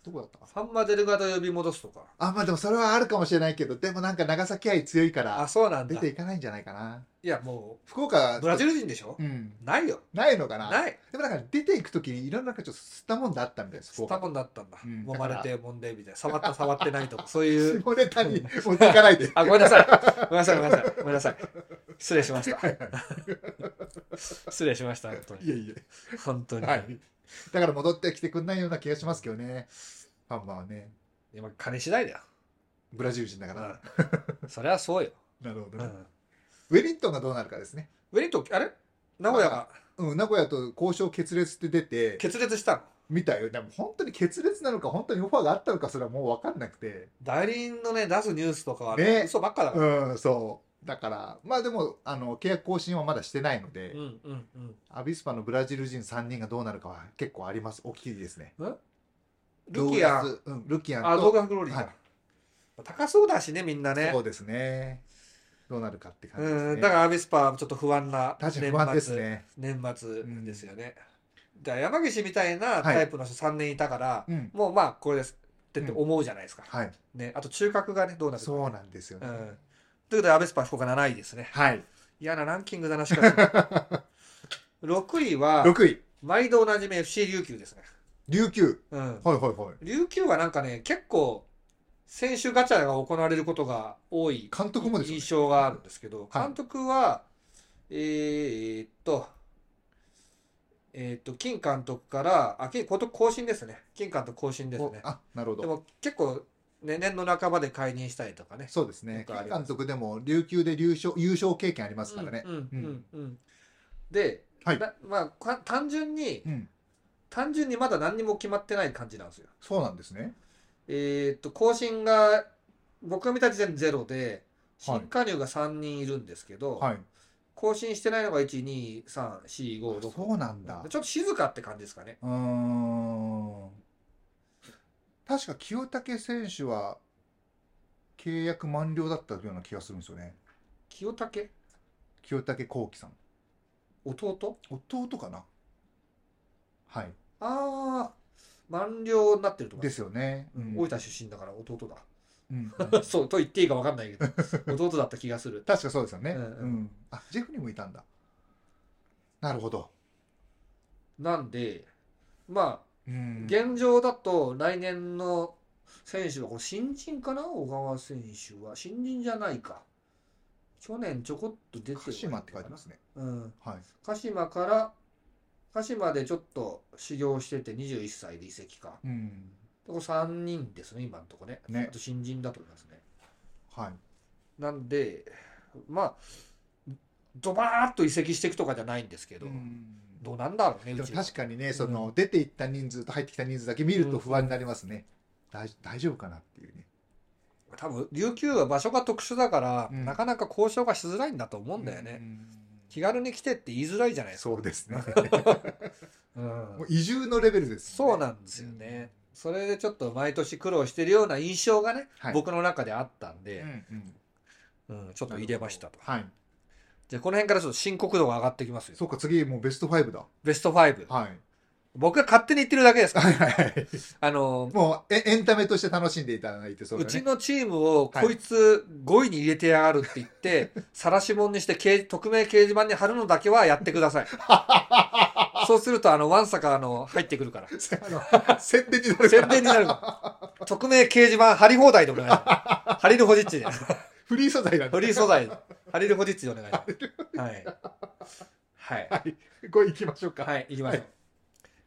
A: どこだったかな
B: ファンマデルガード呼び戻すとか。
A: あ、まあでもそれはあるかもしれないけど、でもなんか長崎愛強いか
B: あ、
A: ら
B: そうなん
A: 出
B: だ。
A: て
B: い
A: いかないんじゃないかな。
B: や、も
A: 福岡は
B: う、ブラジル人でしょ
A: うん。
B: ないよ。
A: ないのかな
B: ない。
A: でもなんか出ていくときにいろんななんかちょっと吸ったもんだあったみたいです。
B: 吸ったもんだったんだ。
A: うん
B: 揉まれて揉んでみたいな。触った触ってない とか、そういう。
A: 下ネタに持っていかない で。
B: あ、ごめんなさい。ごめんなさい、ごめんなさい。ごめんなさい。失礼し ました。失礼しました、本当
A: いえ
B: に。
A: い
B: 本当
A: え。
B: に。
A: はい。だから戻ってきてくんないような気がしますけどね。ファンマはね。
B: 今、金次第だよ。
A: ブラジル人だから。
B: うんそりゃそうよ。
A: なるほ
B: う
A: どね、
B: ん
A: ウェリントンがどうなるかですね。
B: ウェリントン、あれ名古屋が
A: うん、名古屋と交渉決裂って出て、
B: 決裂したの。
A: 見たよ。でも本当に決裂なのか、本当にオファーがあったのか、それはもう分かんなくて。
B: 代理人のね、出すニュースとかは
A: ね
B: ね、嘘ばっかだから。
A: うん、そう。だから、まあでも、あの、契約更新はまだしてないので、
B: うんうんうん。
A: アビスパのブラジル人3人がどうなるかは結構あります。大きいですね。
B: ルキア
A: ドー、ガスうん、ルキアンと。
B: あ、動画グローリー
A: はい
B: か。高そうだしね、みんなね
A: そ。うですね。どうなるかって感じです
B: う
A: ね。
B: ん、だからアビスパはちょっと不安な
A: 確かに不安ですね。
B: 年末ですよね。だから山岸みたいな
A: はい
B: タイプの人3年いたから、
A: うん。
B: もうまあこれですってって思うじゃないですか。
A: はい。
B: ね、あと中核がねどうなるか。
A: そうなんですよね。
B: うん、ということでアベスパ福岡7位ですね。
A: はい。
B: 嫌なランキングだなしかし。6位は
A: 6位、
B: 毎度おなじみ FC 琉球ですね。
A: 琉球。
B: うん、
A: はいはいはい。
B: 琉球はなんかね結構選手ガチャが行われることが多い
A: 監督もですよね
B: 印象があるんですけど、
A: はい
B: 監督は、えーっと、えーっと、金監督から、あ、金、こと更新ですね。金監督更新ですね
A: お。あ、なるほ
B: で
A: ど。
B: も結構、ね、年の半ばで解任したりとかね。
A: そうです
B: よ
A: ね。
B: くあり
A: 金
B: ます
A: 監督でも琉球で優勝優勝経験ありますからね。
B: うんうんうんうんで、
A: はい
B: なまあか、単純に、
A: うん。
B: 単純にまだ何にも決まってない感じなんですよ。
A: そうなんですね。
B: えーっと、更新が、僕が見た時点でゼロで、
A: はい
B: 新加入が3人いるんですけど、
A: はい。
B: 更新してないのが1、2、3、4、5、6、
A: そうなんだ。
B: ちょっと静かって感じですかね。
A: うーん。確か清武選手は契約満了だったような気がするんですよね。
B: 清武
A: 清武幸喜さん。
B: 弟
A: 弟かなはい。
B: ああ、満了になってると思い
A: で
B: ます
A: よね。
B: うん大分出身だから弟
A: うん
B: だ。 そうと言っていいか分かんないけど、弟だった気がする。
A: 確かそうですよね。
B: う
A: うん
B: うん
A: ん。あ、ジェフにもいたんだ。なるほど。
B: なんで、まあ、
A: うん
B: 現状だと来年の選手は、これ新人かな小川選手は。新人じゃないか。去年ちょこっと出てる
A: 鹿島って書いてますね。
B: うん。
A: はい。
B: 鹿島から、鹿島でちょっと修行してて21歳で移籍か。
A: うん。
B: これ3人ですね、今のとこね。
A: ね
B: あと新人だと思いますね。
A: はい。
B: なんで、まあ、ドバーッと移籍していくとかじゃないんですけど、
A: うん
B: どうなんだろうね、
A: で
B: う
A: も
B: ちは
A: 確かにね、
B: ん
A: その出ていった人数と入ってきた人数だけ見ると不安になりますね。大大丈夫かなっていうね。
B: 多分、琉球は場所が特殊だから、
A: うん
B: なかなか交渉がしづらいんだと思うんだよね。
A: うん
B: 気軽に来てって言いづらいじゃないですか。
A: そうです ね。
B: うん
A: もう移住のレベルです
B: そう
A: もね。
B: なんですよね。それでちょっと毎年苦労してるような印象がね、
A: はい
B: 僕の中であった
A: う
B: んで、
A: んうん
B: うんちょっと入れましたと。
A: はい。
B: じゃあこの辺からちょっと深刻度が上がってきますよ。
A: そっか、次もうベスト5だ。
B: ベスト5。
A: はい。
B: 僕が勝手に言ってるだけですから
A: はいはいはい。
B: あの、
A: もうエエンタメとして楽しんでいただいて、そう
B: う
A: だ
B: ち
A: ね。
B: のチームを
A: はい
B: こいつ5位に入れてやがるって言って、晒し者にして掲匿名掲示板に貼るのだけはやってくだ さい。そうすると、あの、ワンサカあの、入ってくるから。
A: あの宣伝になるか
B: 宣
A: ら。
B: 伝になるから。匿名掲示板貼り放題でお願いします。貼りるほじっちで。
A: フリー素材なん
B: フ
A: で。
B: リー素材、貼りるほじっちでお願いします。はい。はい。
A: これ行きましょうか。
B: はい、行きましょう。
A: は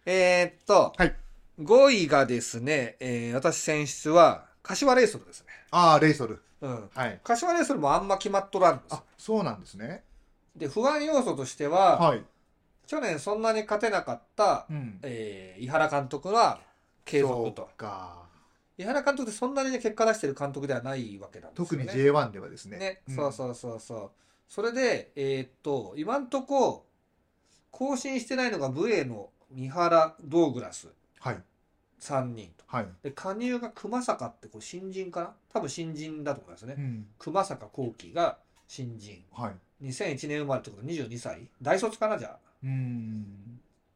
B: えーっと、
A: はい
B: 5位がですね、えー私選出は、柏レイソルですね。
A: ああ、レイソル。
B: うん。
A: はい。
B: 柏レイソルもあんま決まっとらんですよ
A: あ、そうなんですね。
B: で不安要素としては、
A: はい。
B: 去年そんなに勝てなかった、
A: うん。
B: えー井原監督は継続
A: そ
B: と
A: うか。
B: 井原監督ってそんなにね結果出してる監督ではないわけなんです
A: 特
B: よね
A: に J1 ではですね。
B: ね、
A: ん
B: そうそうそうそうそれでえーっと今んとこ更新してないのが武衛の三原ドーグラス
A: はい。
B: 3人と
A: はい。
B: で加入が熊坂ってこれ新人かな多分新人だと思いますね、
A: うん。
B: 熊坂幸輝が新人
A: はい。
B: 2001年生まれってこと22歳大卒かなじゃあ
A: うん。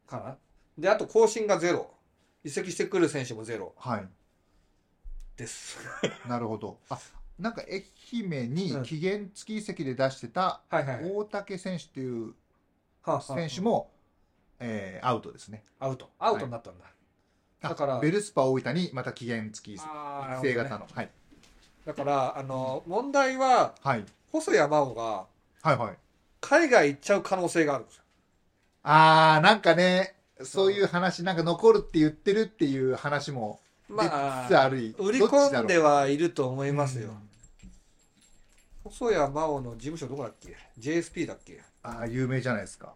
B: かな。で、あと更新がゼロ。移籍してくる選手もゼロ
A: はい。
B: です。
A: なるほど。あ、なんか愛媛に
B: うん
A: 期限付き移籍で出してた
B: はいはいはい。
A: 大竹選手っていう
B: はあはあ
A: 選手も、えーアウトですね。
B: アウト。アウトになったんだ。
A: あ
B: だから
A: ベルスパ大分にまた期限付き移籍
B: あー
A: 育成
B: なる
A: 型
B: ほどね
A: の。はい。
B: だから、あの、問題は、
A: はい。
B: 細谷真央が
A: はいはい。
B: 海外行っちゃう可能性があるんですよ。
A: あー、なんかね、そういう話、なんか残るって言ってるっていう話も出つつ
B: まあ、
A: ある。
B: 売り
A: どっちだ
B: 込
A: ろ
B: ん
A: う
B: ではいると思いますよ
A: う。ん
B: 細谷真央の事務所どこだっけ ?JSP だっけ
A: ああ、有名じゃないですか。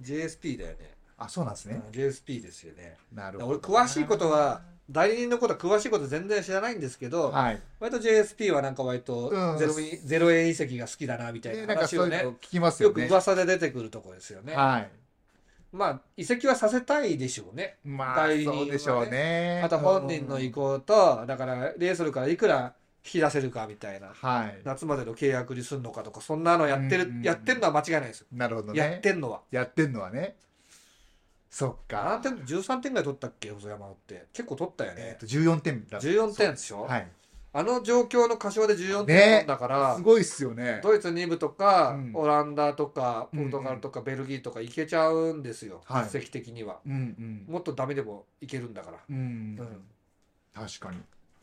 B: ?JSP だよね。
A: あ、そうなんですね
B: う。ん JSP ですよね。
A: なる
B: 俺、
A: ほど。
B: 詳しいことは、代理人のことは詳しいこと全然知らないんですけど、
A: はい。
B: 割と JSP はなんか割と
A: うん
B: ゼロ,、ゼロ円遺跡が好きだなみたい
A: ね、
B: な
A: なんか
B: 話
A: そ
B: を
A: ういう
B: ね
A: の聞きます
B: よ
A: よ
B: く
A: ね。
B: 噂で出てくるとこですよね、
A: はい。
B: まあ移籍はさせたいでしょうね
A: まあ、
B: 代理人は
A: そ
B: ね
A: うでしょうね。
B: あと本人の意向と、だからレイソルからいくらき出せるかみたいな
A: はい。
B: 夏までの契約にすんのかとかそんなのやって
A: う
B: る
A: ん
B: やってるのは間違いないですよ、
A: なるほどね。
B: やってんのは
A: やってんのはね。そっか。
B: 何点13点ぐらい取ったっけ細山って結構取ったよ
A: えっ
B: ね
A: と、14点だ
B: 14点でしょ、
A: はい。
B: あの状況の柏で
A: ね
B: 14点取だから、
A: すごいっすよね。
B: ドイツ2部とか、
A: うん
B: オランダとかポルトガルとかベルギーとかいけちゃうんですよ、
A: はい
B: 実績的には
A: うん
B: もっとダメでもいけるんだから、
A: うん。うん
B: うん。
A: 確かに。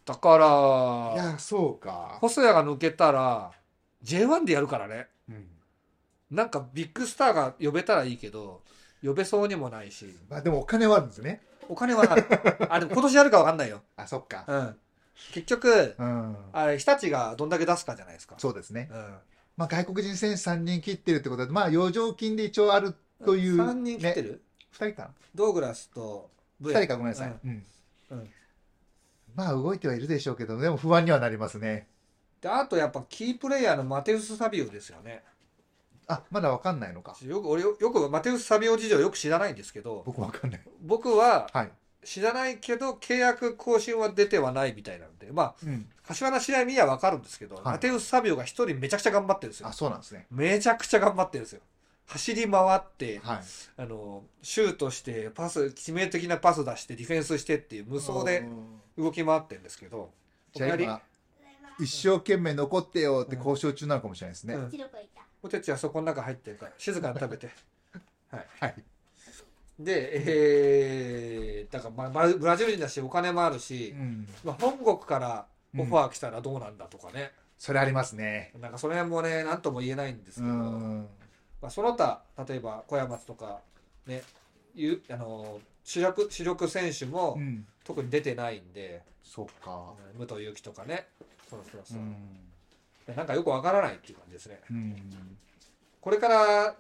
B: だから
A: いや、そうか。
B: 細谷が抜けたら J1 でやるからね
A: うん
B: なんかビッグスターが呼べたらいいけど呼べそうにもないし
A: まあ、でもお金はあるんですね。
B: お 金はあるあでも今年やるか分かんないよ、
A: あ、そっか。
B: うん、結局
A: うん。
B: あれ日立がどんだけ出すかじゃないですか
A: そうですね。
B: うん
A: まあ、外国人選手3人切ってるってことで、まあ、余剰金で一応あるという。
B: 3人来て
A: ね、
B: る、
A: 2人か
B: ドーグラスとブ
A: な。
B: エ
A: 2人か、ごめんなさい。うん。
B: うん
A: まあ、動いてはいるでしょうけど、でも不安にはなりますね。
B: であとやっぱキープレイヤーのマテウス・サビオですよね
A: あ、まだわかんないのか。
B: よく俺よよくマテウス・サビオ事情よく知らないんですけど
A: 僕わかんない。
B: 僕は
A: はい。
B: 知らないけど契約更新は出てはないみたいなんでまあ
A: うん。
B: 柏の試合見りゃ分かるんですけど、
A: い
B: マテウス・サビオが一人めちゃくちゃ頑張ってるんですよ
A: あ、そうなんですね。
B: めちゃくちゃ頑張ってるんですよ走り回って
A: はい。
B: あのシュートしてパス致命的なパス出してディフェンスしてっていう無双で
A: うん
B: 動き回ってるんですけど
A: じゃあ
B: 隣
A: 今一生懸命残ってよって交渉中なのかもしれないですね、
B: うん
C: チロコいた。
B: ポテチはそこの中入ってるから静かに食 べてはい、
A: はい
B: でえー、だから、まあブラ、ブラジル人だしお金もあるし、
A: うん
B: まあ、本国からオファー来たらどうなんだとかね、
A: それありますね
B: なんかその辺もね何とも言えないんです
A: う
B: けど、
A: ん
B: まあ、その他例えば小山とかねいうあの主力主力選手も
A: うん
B: 特に出てないんで、
A: そっか
B: 武藤勇樹とかねそうそう
A: う
B: そう、
A: ん、
B: でなんかよくわからないっていう感じですね
A: うん、
B: これから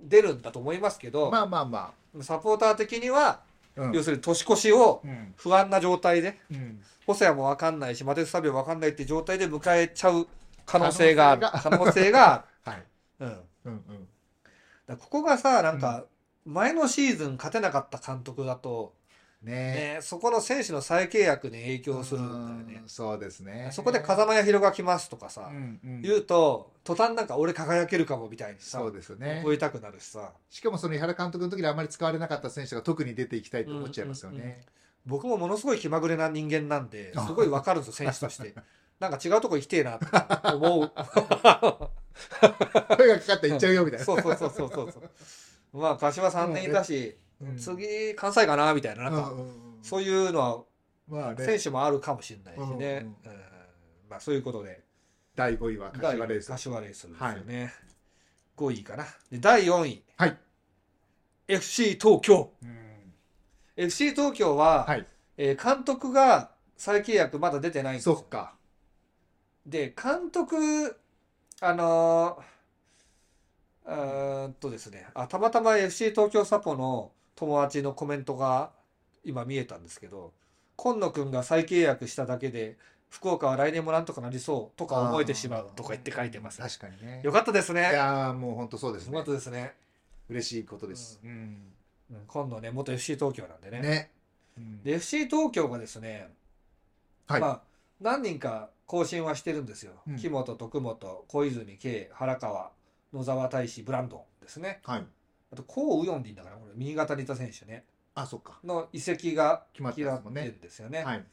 B: 出るんだと思いますけど、
A: まあまあま
B: サポーター的には、
A: あうん
B: 要するに年越しを
A: うん
B: 不安な状態で
A: うん
B: 細谷もわかんないしマテウス・サビオわかんないっていう状態で迎えちゃう可能性がある可能性があ
A: はい
B: る、うん、だか
A: うんうん
B: らここがさなんか前のシーズン勝てなかった監督だと、
A: ね
B: ね、そこの選手の再契約に影響するんだよ
A: う
B: ね
A: んそうですね
B: そこで風間彌弘が来ますとかさ、
A: うんうん
B: 言うと途端なんか俺輝けるかもみたいにさ
A: そうですよね
B: 思いたくなるしさ
A: しかもその井原監督の時にあまり使われなかった選手が特に出ていきたいと思っちゃいますよね
B: 僕もものすごい気まぐれな人間なんですごいわかるんですよ選手と してなんか違うとこ行きてえなって思う
A: 声がかかったら行っちゃうよみたいな
B: そうそうそうそうそうそうまあ柏3年いた
A: う
B: し、
A: ん
B: 次関西かなみたいななんか、
A: うんうんうん
B: そういうのは
A: まあね
B: 選手もあるかもしれないしね、
A: う
B: うんまあそういうことで
A: 第5位は柏レース
B: 柏レースですよね、5位かなで第4位、
A: はい
B: FC 東京
A: うん、
B: FC 東京は、
A: はい
B: えー監督が再契約まだ出てないんです
A: そ
B: よ
A: っか
B: で監督あのーうーんとですねあたまたま FC 東京サポの友達のコメントが今見えたんですけど今野君が再契約しただけで福岡は来年もなんとかなりそうとか思えてしまうとか言って書いてます
A: 確かにね
B: よかったです
A: い
B: ね
A: やーもう本当そうです
B: よか
A: ね
B: ったですね
A: 嬉しいことです、うん
B: うん今野ね元 FC 東京なんでね
A: ね、うん
B: で FC 東京がですね
A: はい、
B: まあ何人か更新はしてるんですよ、
A: うん
B: 木本徳本小泉慶原川野沢大志ブランドンですね
A: はい
B: あとコウ・ウヨンディンだからこれ右肩にいた選手ね
A: あそっか
B: の移籍が
A: 決まって
B: 決ま
A: ま
B: っ
A: す
B: て
A: もん
B: る
A: ね
B: んですよね、
A: はい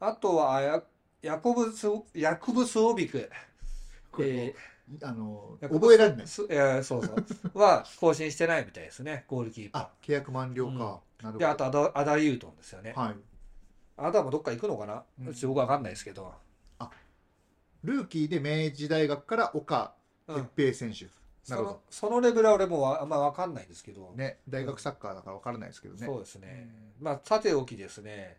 B: あとはあやヤコブス・ヤクブスオビク、
A: これもう、
B: え
A: あの
B: ヤコブ
A: 覚えられない
B: すえーそうそ うは更新してないみたいですねゴールキーパ
A: あ契約満了か、
B: うん
A: なるほど
B: ーであとアダアダ・ユートンですよね
A: はい
B: アダもどっか行くのかな、
A: うん
B: ちょっと僕わかんないですけど、
A: ルーキーで明治大学から岡
B: うん
A: 哲平選手、
B: そ
A: なるほ
B: の
A: ど
B: そのレベルは俺もわあんま分かんないんですけど、
A: ね大学サッカーだから分からないですけどね
B: そうですね、まあさておきですね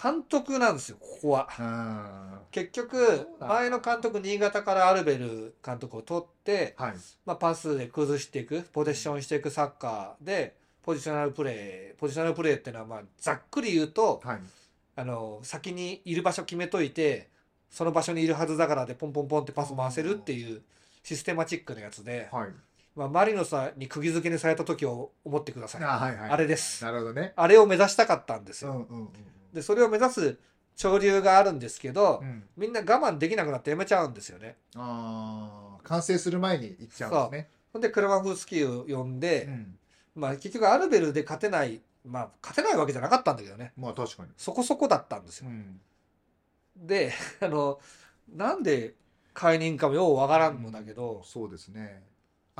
B: 監督なんですよここは
A: うん
B: 結
A: そう
B: 局
A: だ
B: 前の監督新潟からアルベル監督を取って、
A: はい
B: まあ、パスで崩していくポゼッションしていくサッカーでポジショナルプレーポジショナルプレーっていうのはまあざっくり言うと
A: はい
B: あの先にいる場所決めといてその場所にいるはずだからでポンポンポンってパス回せるっていうシステマチックなやつで、
A: はい
B: まあ、マリノさんに釘付けにされた時を思ってください
A: あはいはい
B: あれです
A: なるほどね
B: あれを目指したかったんです
A: う
B: よ
A: んうんうん
B: でそれを目指す潮流があるんですけど、
A: うん、
B: みんな我慢できなくなってやめちゃうんですよね。
A: ああ完成する前に行っちゃうんですね
B: ほんでクラマフスキーを呼んで、
A: ん、
B: まあ、結局アルベルで勝てない、まあ、勝てないわけじゃなかったんだけどね
A: まあ確かに、
B: そこそこだったんですよ。
A: ん、
B: で あのなんで解任かもようわからんのだけど、
A: そうですね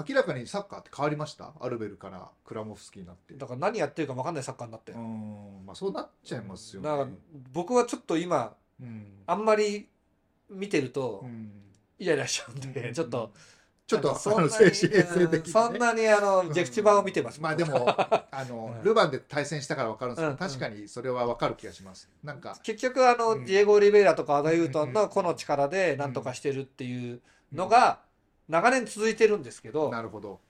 A: 明らかにサッカーって変わりましたアルベルからクラモフスキーになって
B: だから何やってるかわかんないサッカーになって
A: う。んまあそうなっちゃいますよね
B: だから僕はちょっと今
A: うん
B: あんまり見てると
A: うん
B: イライラしちゃうんで、ちょっと
A: ちょっと
B: なんかそん
A: あ
B: な
A: の
B: に
A: 精神衛生的
B: うんそんなにあのジェクチ版を見てます、
A: まあでもあ の、
B: うん
A: ルヴァンで対戦したから分かるんですけど、
B: うん
A: 確かにそれは分かる気がしますなんか
B: 結局あの、
A: うん
B: ディエゴ・オリベイラとかアダユートン
A: うんう
B: の
A: ん
B: 個の力でなんとかしてるっていうのが長年続いてるんですけど、
A: なるほど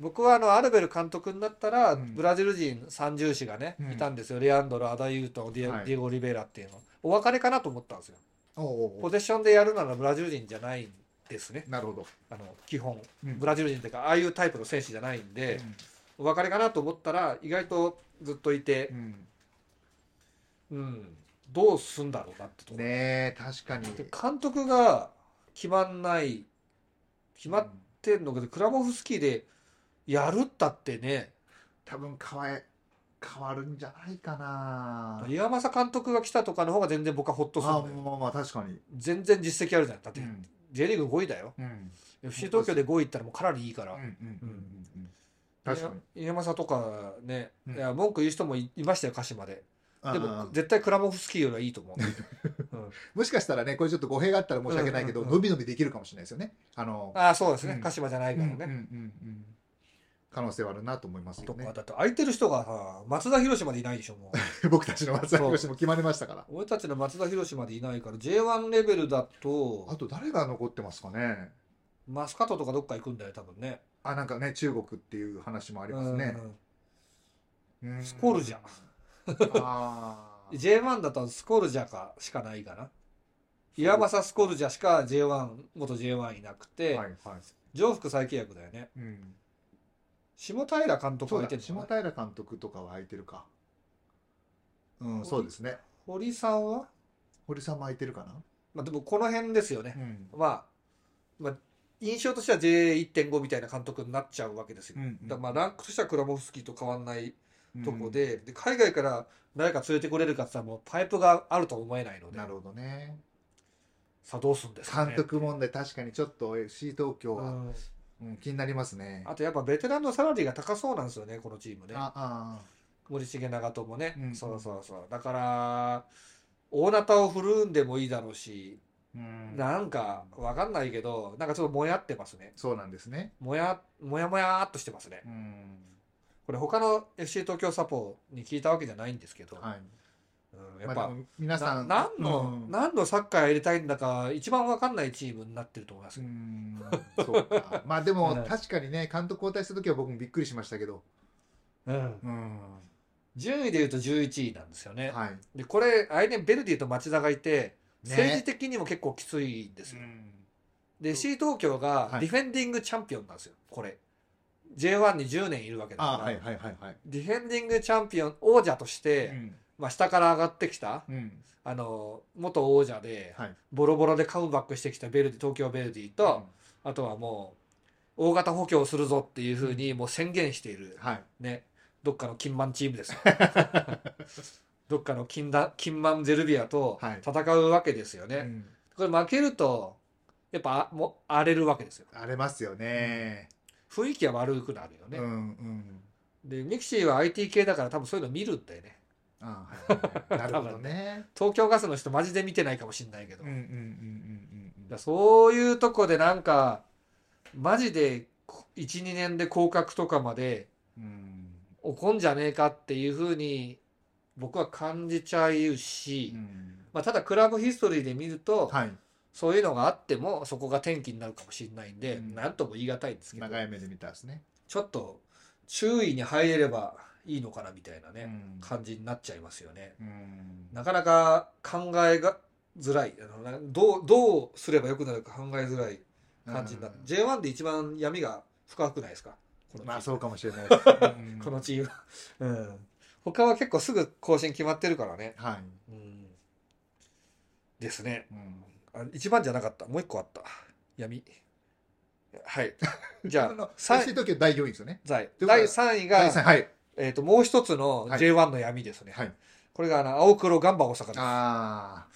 B: 僕はあのアルベル監督になったら、
A: うん
B: ブラジル人三重士がね、
A: うん
B: いたんですよレアンドロアダユートンディエ,、
A: はい
B: ディエゴ・オリベイラっていうのお別れかなと思ったんですよ
A: おうおうお
B: ポ
A: う
B: ゼッションでやるならブラジル人じゃないんですね
A: なるほど、
B: あの基本
A: うん
B: ブラジル人っていうかああいうタイプの選手じゃないんで、お別れかなと思ったら意外とずっといて
A: う、ん
B: うん、どうすんだろうなってと
A: う
B: こ
A: ん、ねえ確かに
B: で監督が決まんない決まっ
A: うん
B: てんのけど、クラモフスキーでやるったってね
A: 多分変わ変わるんじゃないかな
B: 岩政監督が来たとかの方が全然僕はホッとする
A: あ
B: んだよ
A: まあまあ確かに、
B: 全然実績あるじゃんだっ
A: う
B: て、
A: ん
B: J リーグ5位だよ
A: うん
B: FC 東京で5位いったらもうかなりいいか
A: う
B: ら、
A: んうんうんうんうん
B: 岩
A: 確かに
B: 岩政とかね、
A: うん
B: いや文句言う人もいいましたよ鹿島でで
A: うんう
B: も
A: ん
B: 絶対クラモフスキーよりはいいと思う
A: もしかしたらねこれちょっと語弊があったら申し訳ないけど、
B: うんうんう
A: 伸
B: ん
A: び伸びできるかもしれないですよねあの
B: ああそうですね、
A: うん
B: 鹿島じゃないからね、
A: うんうんうんうん可能性はあるなと思います
B: と
A: よ
B: か、
A: ね。
B: だって空いてる人がさ松田博までいないでしょもう
A: 僕たちの松崎しも決まりましたから。
B: 俺たちの松田博までいないから J1 レベルだ
A: あ
B: と
A: と誰が残ってますかね。
B: マスカットとかどっか行くんだよ多分ね
A: あなんかね中国っていう話もありますね。うん
B: スコルジャ。
A: あ
B: うん
A: ー
B: J1 だとスコルジャかしかないかな岩政スコルジャしか J1 元 J1 いなくて、
A: はいはい。
B: 上福再契約だよね
A: うん。
B: 下平監督
A: そ
B: が
A: う
B: い
A: だ。
B: てる
A: 下
B: のかな
A: 平監督とかは空いてるか。うんそうですね。
B: 堀さんは、
A: 堀さんも空いてるかな。
B: まあ、でもこの辺ですよね
A: う、ん。
B: まあ、まあ、印象としては J1.5 みたいな監督になっちゃうわけですよ。
A: うん
B: だからまあランクとしてはクラモフスキーと変わんない
A: うん
B: とこで,、で海外から誰か連れてこれるかって言ったらもうパイプがあるとは思えないので
A: なるほどね。
B: さあどうするんですか、ね、
A: 監督問題確かにちょっと FC 東京
B: う
A: は、
B: ん
A: うん、気になりますね。
B: あとやっぱベテランのサラリーが高そうなんですよねこのチームね
A: ああ
B: 森重長友もね、
A: うん
B: そうそうそうだから大なたを振るんでもいいだろうし、
A: ーうん
B: なんかわかんないけどなんかちょっともやってますね
A: そうなんですね。
B: もやもやもやーっとしてますね
A: うん。
B: これ他の FC 東京サポに聞いたわけじゃないんですけど、
A: はい。
B: うんや
A: や
B: っ
A: っ
B: ぱ、
A: ぱ皆さん
B: な何の、
A: うん
B: 何のサッカーやりたいんだか一番わかんないチームになってると思います
A: う
B: よ、
A: んそうか。まあで
B: うん
A: も確かにね、監督交代した時は僕もびっくりしましたけど。
B: うん
A: うん。
B: 順位でいうと11位なんですよね、
A: はい。
B: でこれ来年ベルディと町田がいて政治的にも結構きついんですよ、で C 東京が
A: はい
B: ディフェンディングチャンピオンなんですよこれ J1 に10年いるわけだ
A: あ
B: から、
A: はいはいはいはい。
B: ディフェンディングチャンピオン王者として、
A: うん。
B: まあ、下から上がってきた
A: うん。
B: あの元王者で、
A: はい。
B: ボロボロでカムバックしてきたベルディ東京ベルディと、あとはもう大型補強をするぞっていうふうにもう宣言している
A: うん、はい。
B: ねどっかの金満チームですよ どっかの金だ金満ゼルビアと
A: はい
B: 戦うわけですよね、
A: うん
B: これ負けるとやっぱあもう荒れるわけですよ
A: 荒れますよね。
B: 雰囲気は悪くなるよ
A: う
B: ね
A: ん、うん。
B: でミクシーは IT 系だから多分そういうの見るんだよね
A: あはい はいはい。なるほどね。
B: 東京ガスの人マジで見てないかもしれないけど、
A: うんうんうんうんうんう
B: だ
A: ん。
B: そういうとこでなんかマジで12年で降格とかまで
A: うん。
B: 怒んじゃねえかっていうふうに僕は感じちゃうし、
A: うん
B: まあ、ただクラブヒストリーで見ると、
A: はい。
B: そういうのがあってもそこが転機になるかもしれないんで、
A: うん
B: なんとも言い難いんですけど
A: 長い目で見たんですね。
B: ちょっと注意に入れればいいのかなみたいな
A: う
B: ね、
A: ん
B: 感じになっちゃいますよね。
A: うん。
B: なかなか考えがづらいあのなどうどうすればよくなるか考えづらい感じになる、
A: うん
B: J1 で一番闇が深くないですかこのチーム
A: まあそうかもしれないです。うん
B: この チーム、うん、他は結構すぐ更新決まってるからね、
A: はい。
B: うん、ですね。
A: うん
B: あ、一番じゃなかった。もう一個あった。闇。はい。じ
A: あ
B: ゃ
A: の
B: あ、
A: 最
B: 三
A: 初の時は第4位ですよね。
B: 第
A: ということは
B: 第3
A: 第
B: 位が
A: 三、位はい。
B: えっと、もう一つの
A: はい
B: J1 の闇ですね。
A: はい。
B: これが、あの、青黒ガンバ大阪です。
A: ああ、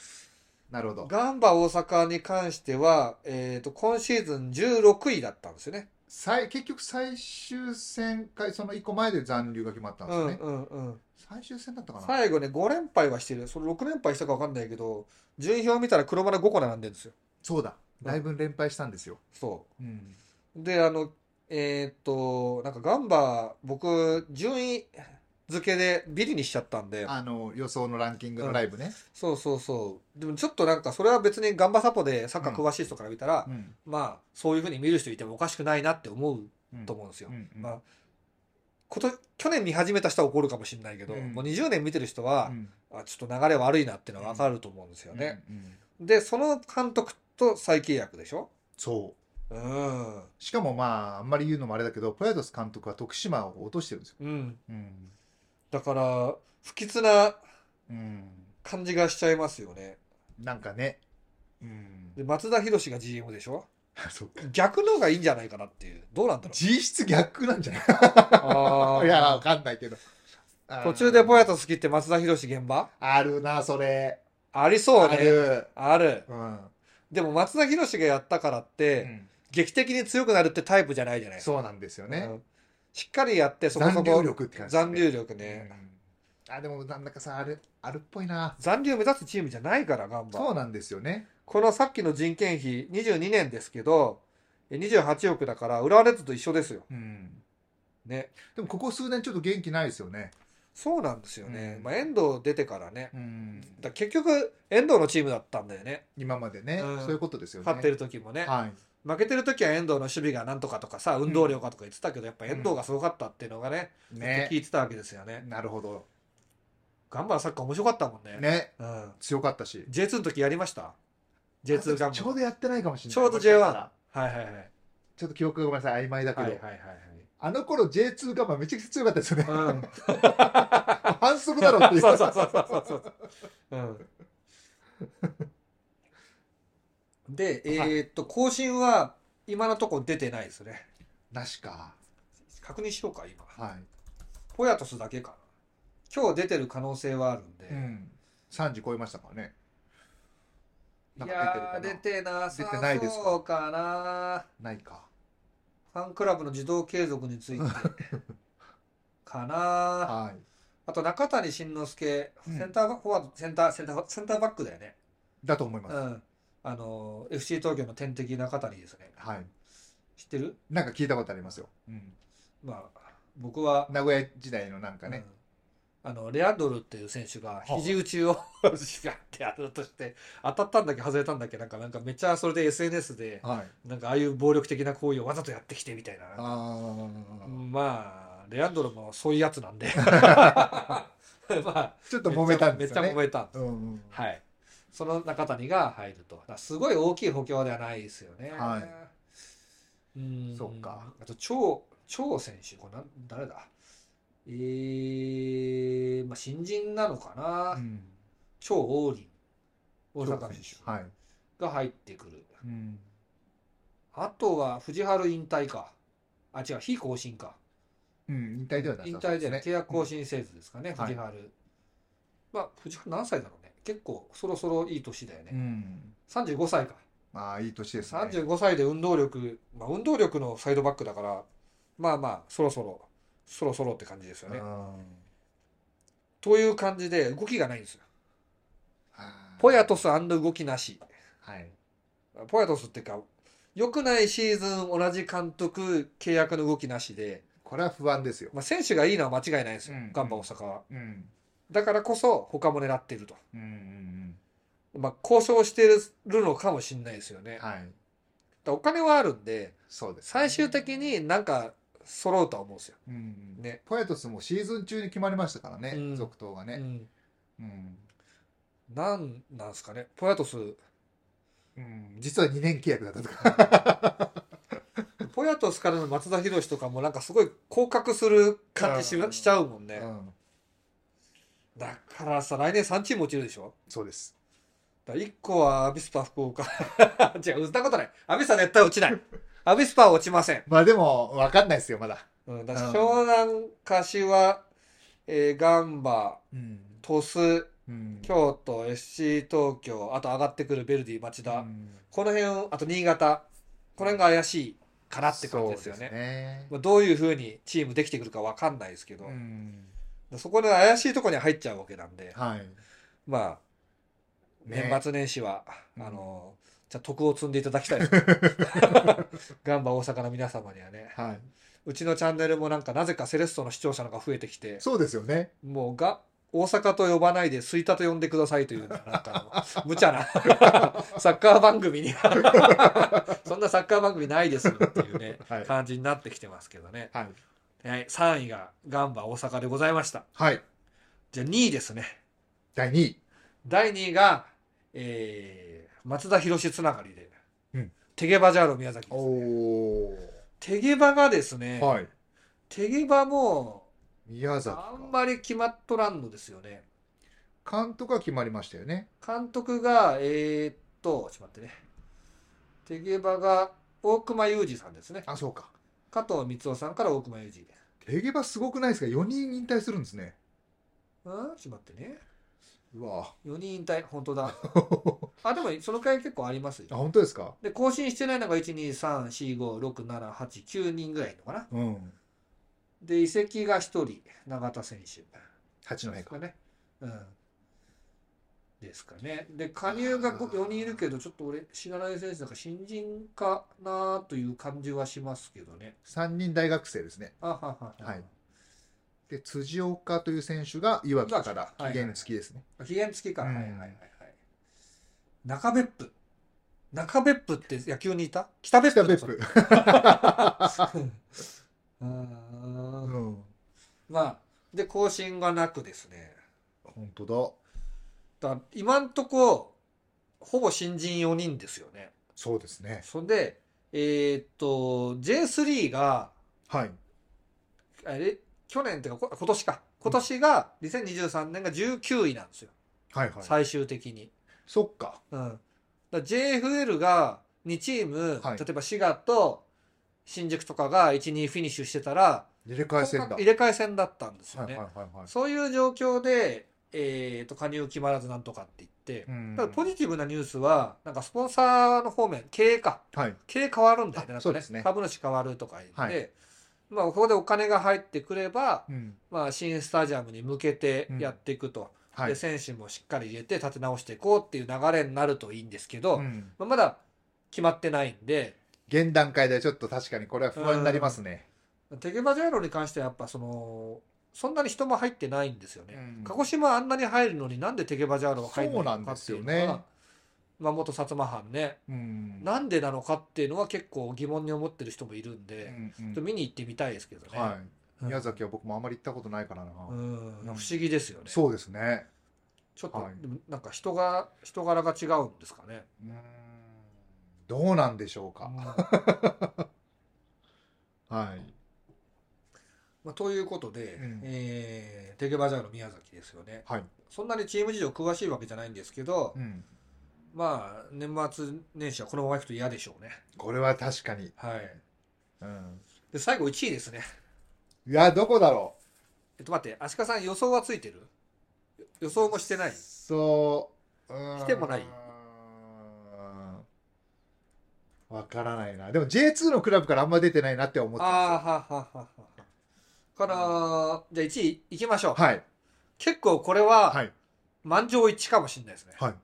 A: なるほど。
B: ガンバ大阪に関しては、えっと、今シーズン16位だったんですよね。
A: 最結局最終戦か、その1個前で残留が決まったん
B: う
A: ですよ
B: ん
A: ね。
B: うんうん。
A: 最終戦だったかな。
B: 最後ね、5連敗はしてる。その6連敗したか分かんないけど、順位表見たら黒丸5個並んでるんですよ。
A: そうだ。だいぶ連敗したんですよ。
B: そう。
A: うん。
B: で、あの、えーっと、なんかガンバ、僕、順位付けでビリにしちゃったんで、
A: あの、予想のランキングのライブね。
B: そうそうそう。でもちょっとなんか、それは別にガンバサポでサッカー詳しい人から見たら
A: う、ん。
B: まあ、そういうふうに見る人いてもおかしくないなって思う
A: うん
B: と思うんですよ。
A: うんうん
B: まあこと、去年見始めた人は怒るかもしれないけど、
A: うん
B: もう20年見てる人
A: う
B: は、
A: ん
B: あ、ちょっと流れ悪いなっていうのはわかると思うんですよね。
A: うんうん
B: で、その監督と再契約でしょ
A: そう。
B: うん。
A: しかもまあ、あんまり言うのもあれだけど、ポヤドス監督は徳島を落としてるんですよ。
B: うん。
A: うん。
B: だから、不吉な
A: うん。
B: 感じがしちゃいますよね。
A: なんかね。うん。
B: で、松田博が GM でしょ
A: そう
B: 逆の方がいいんじゃないかなっていう。どうなんだろ。
A: 実質逆なんじゃないう いや、わかんないけど。あー
B: 途中でぼやと好きって松田博現場
A: あるな、それ。
B: ありそう
A: あ
B: ね。
A: る。
B: ある。
A: うん。
B: でも松田博がやったからっ
A: う
B: て、
A: ん
B: 劇的に強くなるってタイプじゃないじゃないですか。
A: そうなんですよ
B: う
A: ね。
B: んしっかりやって、そこそこ。
A: 残留力って感じですね
B: 残留力ね。
A: うんあ、でも、なんだかさ、あれ、あるっぽいな。
B: 残留目指すチームじゃないから、ガンバ。
A: そうなんですよね。
B: このさっきの人件費、22年ですけど、28億だから、浦和レッズと一緒ですよ。
A: うん。
B: ね。
A: でも、ここ数年ちょっと元気ないですよね。
B: そうなんですよね。
A: うん
B: まあ、遠藤出てからね。
A: うん。
B: だから結局遠藤のチームだったんだよね
A: 今までね、
B: うん
A: そういうことですよね。
B: 勝ってる時もね、
A: はい。
B: 負けてる時は遠藤の守備がなんとかとかさ運動量かとか言ってたけど、やっぱ遠藤がすごかったっていうのがね、
A: ね
B: 聞。いてたわけですよね
A: なるほど。
B: ガンバのサッカー面白かったもんね
A: ね。
B: うん、
A: 強かったし。
B: J2 の時やりました
A: あ
B: J2
A: の時
B: ガン
A: ちょうどやってないかもしれない。
B: ちょうど J1 バはいはいはいはい
A: ちょっと記憶がごめんなさい、曖昧だけ
B: はい
A: ど。
B: は
A: あの頃 J2 ガンバめちゃくちゃ強かったですよね。
B: いはいうん
A: 反則だろっていう。
B: そうそうそうそうそうそう、うん、でえーっと更新は今のところ出てないですね
A: なしか。
B: 確認しようか今
A: は
B: ポヤトスだけかな。今日出てる可能性はあるんで。
A: い。うん。3時超えましたからね。なん
B: い
A: か
B: やー、
A: 出
B: 出
A: てるかな
B: てなさ
A: 出てないですか
B: そうかな。
A: ないか。
B: ファンクラブの自動継続について。 かな。
A: はい。
B: あと、中谷慎之介、
A: うん
B: センターフォワード、センター、センター、センターバックだよね。
A: だと思います。
B: うん。あのー、FC 東京の天敵中谷ですね。
A: はい。
B: 知ってる
A: なんか聞いたことありますよ。うん。
B: まあ、僕は、
A: 名古屋時代のなんか
B: う
A: ね
B: ん。あの、レアンドルっていう選手が
A: あ
B: 肘打ちを しがってやろうとして、当たったんだっけ外れたんだっけなんか、なんかめっちゃそれで SNS で、
A: はい。
B: なんかああいう暴力的な行為をわざとやってきてみたい
A: あ
B: な。
A: ー
B: まあ、レアンドロもそういうやつな んで。まあ、
A: ちょっと揉めたんですよ
B: め
A: ね。
B: っちゃ揉めたんです。
A: うんうん。
B: はい。その中谷が入ると。だからすごい大きい補強ではないですよね。
A: は
B: うん。
A: そうか。
B: あと、超、超選手、これなん誰だえー、まあ、新人なのかな。
A: うん。
B: 超王林。大阪の選手
A: はい。
B: が入ってくる。
A: うん。
B: あとは、藤原引退か。あ、違う、非更新か。
A: うん。引退ではない
B: 引退で、ね、契約更
A: し
B: 新せずですかね、
A: ん
B: 藤原。まあ、藤原何歳だろうね。結構、そろそろいい年だよ
A: う
B: ね。
A: ん。
B: 35歳か。
A: ああ、いい年ですね。
B: 35歳で運動力、まあ、運動力のサイドバックだから、まあまあ、そろそろ、そろそろって感じですよね。
A: うん
B: という感じで、動きがないんですよ。
A: はい
B: ポヤトス動きなし。
A: はい。
B: ポヤトスっていうか、良くないシーズン同じ監督契約の動きなしで、
A: これは不安ですよ。
B: まあ、選手がいいのは間違いないんですよ、
A: うん
B: ガンバ大阪は。
A: うん。
B: だからこそ、他も狙っていると。
A: うんうん
B: まあ、交渉してるのかもしれないですよ
A: う
B: ね。
A: ん。
B: だか
A: はい。
B: らお金はあるんで、
A: そうですね。
B: 最終的になんか揃うとは思うんですよ。
A: うんうん
B: ね
A: ポエトスもシーズン中に決まりましたからね、
B: うん
A: 続投が
B: う
A: ね。
B: ん。
A: うん
B: なんなんですかね。ポヤトス、
A: うん実は2年契約だったとか。
B: ポヤトスからの松田博とかもなんかすごい降格する感じし,、
A: うん
B: しちゃうもん
A: う
B: ね。
A: ん
B: だからさ、来年3チーム落ちるでしょ
A: そうです。
B: だ1個はアビスパ福岡 違うそんなことないアビスパ絶対落ちないアビスパは落ちません、
A: まあでも、わかんないですよ、まだ。
B: うん、だから湘南柏、えー、ガンバ
A: うん。
B: 鳥栖
A: うん。
B: 京都 SC 東京あと上がってくるベルディ町田、
A: うん
B: この辺あと新潟この辺が怪しいかなって感じですよね
A: そうね
B: まあ、どういうふうにチームできてくるかわかんないですけど、
A: うん。
B: そこで怪しいところに入っちゃうわけなんで、
A: はい。
B: まあ、
A: ね
B: 年末年始は、
A: うん
B: あの、じゃあ徳を積んでいただ きたいです。ガンバ大阪の皆様にはね、
A: はい。
B: うちのチャンネルもなんかなぜかセレッソの視聴者の方が増えてきて、
A: そうですよね。
B: もうが、大阪と呼ばないで、吹田と呼んでくださいという、なんかあの、無 茶な、サッカー番組に、 そんなサッカー番組ないですよっていうね、
A: はい。
B: 感じになってきてますけどね。
A: はい。
B: はい、3位がガンバ大阪でございました。
A: はい。
B: じゃあ2位ですね。
A: 第2位。
B: 第2位が、えー、松田博志つながりで、
A: うん
B: テゲバジャーロ宮崎です、ね。
A: お
B: テゲバがですね、
A: ー。はい。
B: テゲバも
A: 宮崎
B: あ
A: か。
B: んまり決まっとらんのですよね。
A: 監督が決まりましたよね。
B: 監督が、えー、っと、ちょっと待ってね。テゲバが大熊裕二さんですね。
A: あ、そうか。
B: 加藤光夫さんから大熊裕二。
A: 手ゲバすごくないですか ?4 人引退するんですね。
B: うんちょっと待ってね。
A: うわ
B: 4人引退、本当だ。
A: あ、
B: あ、でもそのくらい結構ありますよ。
A: 本当ですか
B: で、更新してないのが1、2、3、4、5、6、7、8、9人ぐらいいるのかな。
A: うん。
B: で、移籍が1人、永田選手。
A: 八戸
B: です
A: か。
B: かね。うん。ですかね。で、加入が
A: あー
B: 4人いるけど、ちょっと俺、知らない選手だから新人かなという感じはしますけどね。
A: 3人大学生ですね。
B: あはは。
A: はいで、辻岡という選手がいわきから
B: はいはい
A: 期限付きですね。
B: 期限付きか。
A: う
B: は
A: ん
B: いはいはいはい。中別府。中別府って野球にいた北別
A: 北
B: 府
A: 別府。
B: 府。うーん。
A: うん。
B: まあ、で、更新がなくですね。
A: 本当
B: だから今んとこ、ほぼ新人4人ですよね。
A: だ。そうですね。
B: そんで、えーっと、J3 が、
A: はい。
B: あれ、去年っていうか、こ今年か。今年が、2023年が19位なんですよ。
A: はいはい。
B: 最終的に。
A: そっか。
B: うん。だから JFL が2チーム、
A: はい
B: 例えば滋賀と新宿とかが1、2フィニッシュしてたら、
A: 入れ替え戦だ。
B: 入れ替え戦だったんですよ
A: はいはい
B: ね。
A: はいはい。
B: そういう状況で、えーっと、加入決まらずなんとかって言って
A: う、ん
B: だからポジティブなニュースは、なんかスポンサーの方面、経営か。
A: はい。
B: 経営変わるんだよね。
A: あ
B: なんか
A: そうですね
B: 株主変わるとか言って、
A: はい
B: まあ、ここでお金が入ってくれば、
A: うん。
B: まあ、新スタジアムに向けてやっていくと、
A: は
B: で
A: い。
B: 選手もしっかり入れて立て直していこうっていう流れになるといいんですけど、
A: うん
B: まあ、まだ決まってないんで、
A: 現段階ではちょっと確かにこれは不安になりますね。
B: テゲバジャイロに関してはやっぱその、そんなに人も入ってないんですよね。
A: うん
B: 鹿児島あんなに入るのになんでテゲバジャイロが入るの
A: そうなん
B: か
A: で
B: って
A: す
B: いう
A: よ
B: の
A: ね
B: が、まあ、元薩摩藩ね、
A: うん。
B: なんでなのかっていうのは結構疑問に思ってる人もいるんで、
A: うんう
B: ちょ
A: ん
B: っと見に行ってみたいですけどね。
A: はい。
B: うん
A: 宮崎は僕もあまり行ったことないからな。
B: う
A: う
B: ん、不
A: ん
B: 思議ですよね。
A: そうですね。
B: ちょっと、
A: はい
B: でもなんか人が人柄が違うんですかね。
A: うーんどうなんでしょうか。
B: ま
A: はい。
B: あ、ということで、
A: うん
B: えーテゲバジャーの宮崎ですよね。
A: はい。
B: そんなにチーム事情詳しいわけじゃないんですけど、
A: うん。
B: まあ年末年始はこのままいくと嫌でしょうね。
A: これは確かに。
B: はい。
A: うん。
B: で最後1位ですね。
A: いや、どこだろ。。
B: えっと待って、足利さん予想はついてる？よ予想もしてないう
A: そう。うーん
B: 来てもないう
A: ーんわからないな。でも J2 のクラブからあんま出てないなって思って
B: あ
A: ま
B: あはははは。からじゃあ1位いきましょう。
A: す。はい。
B: 結構これは、
A: はい。
B: 満場一致かもしれないですね。
A: はい。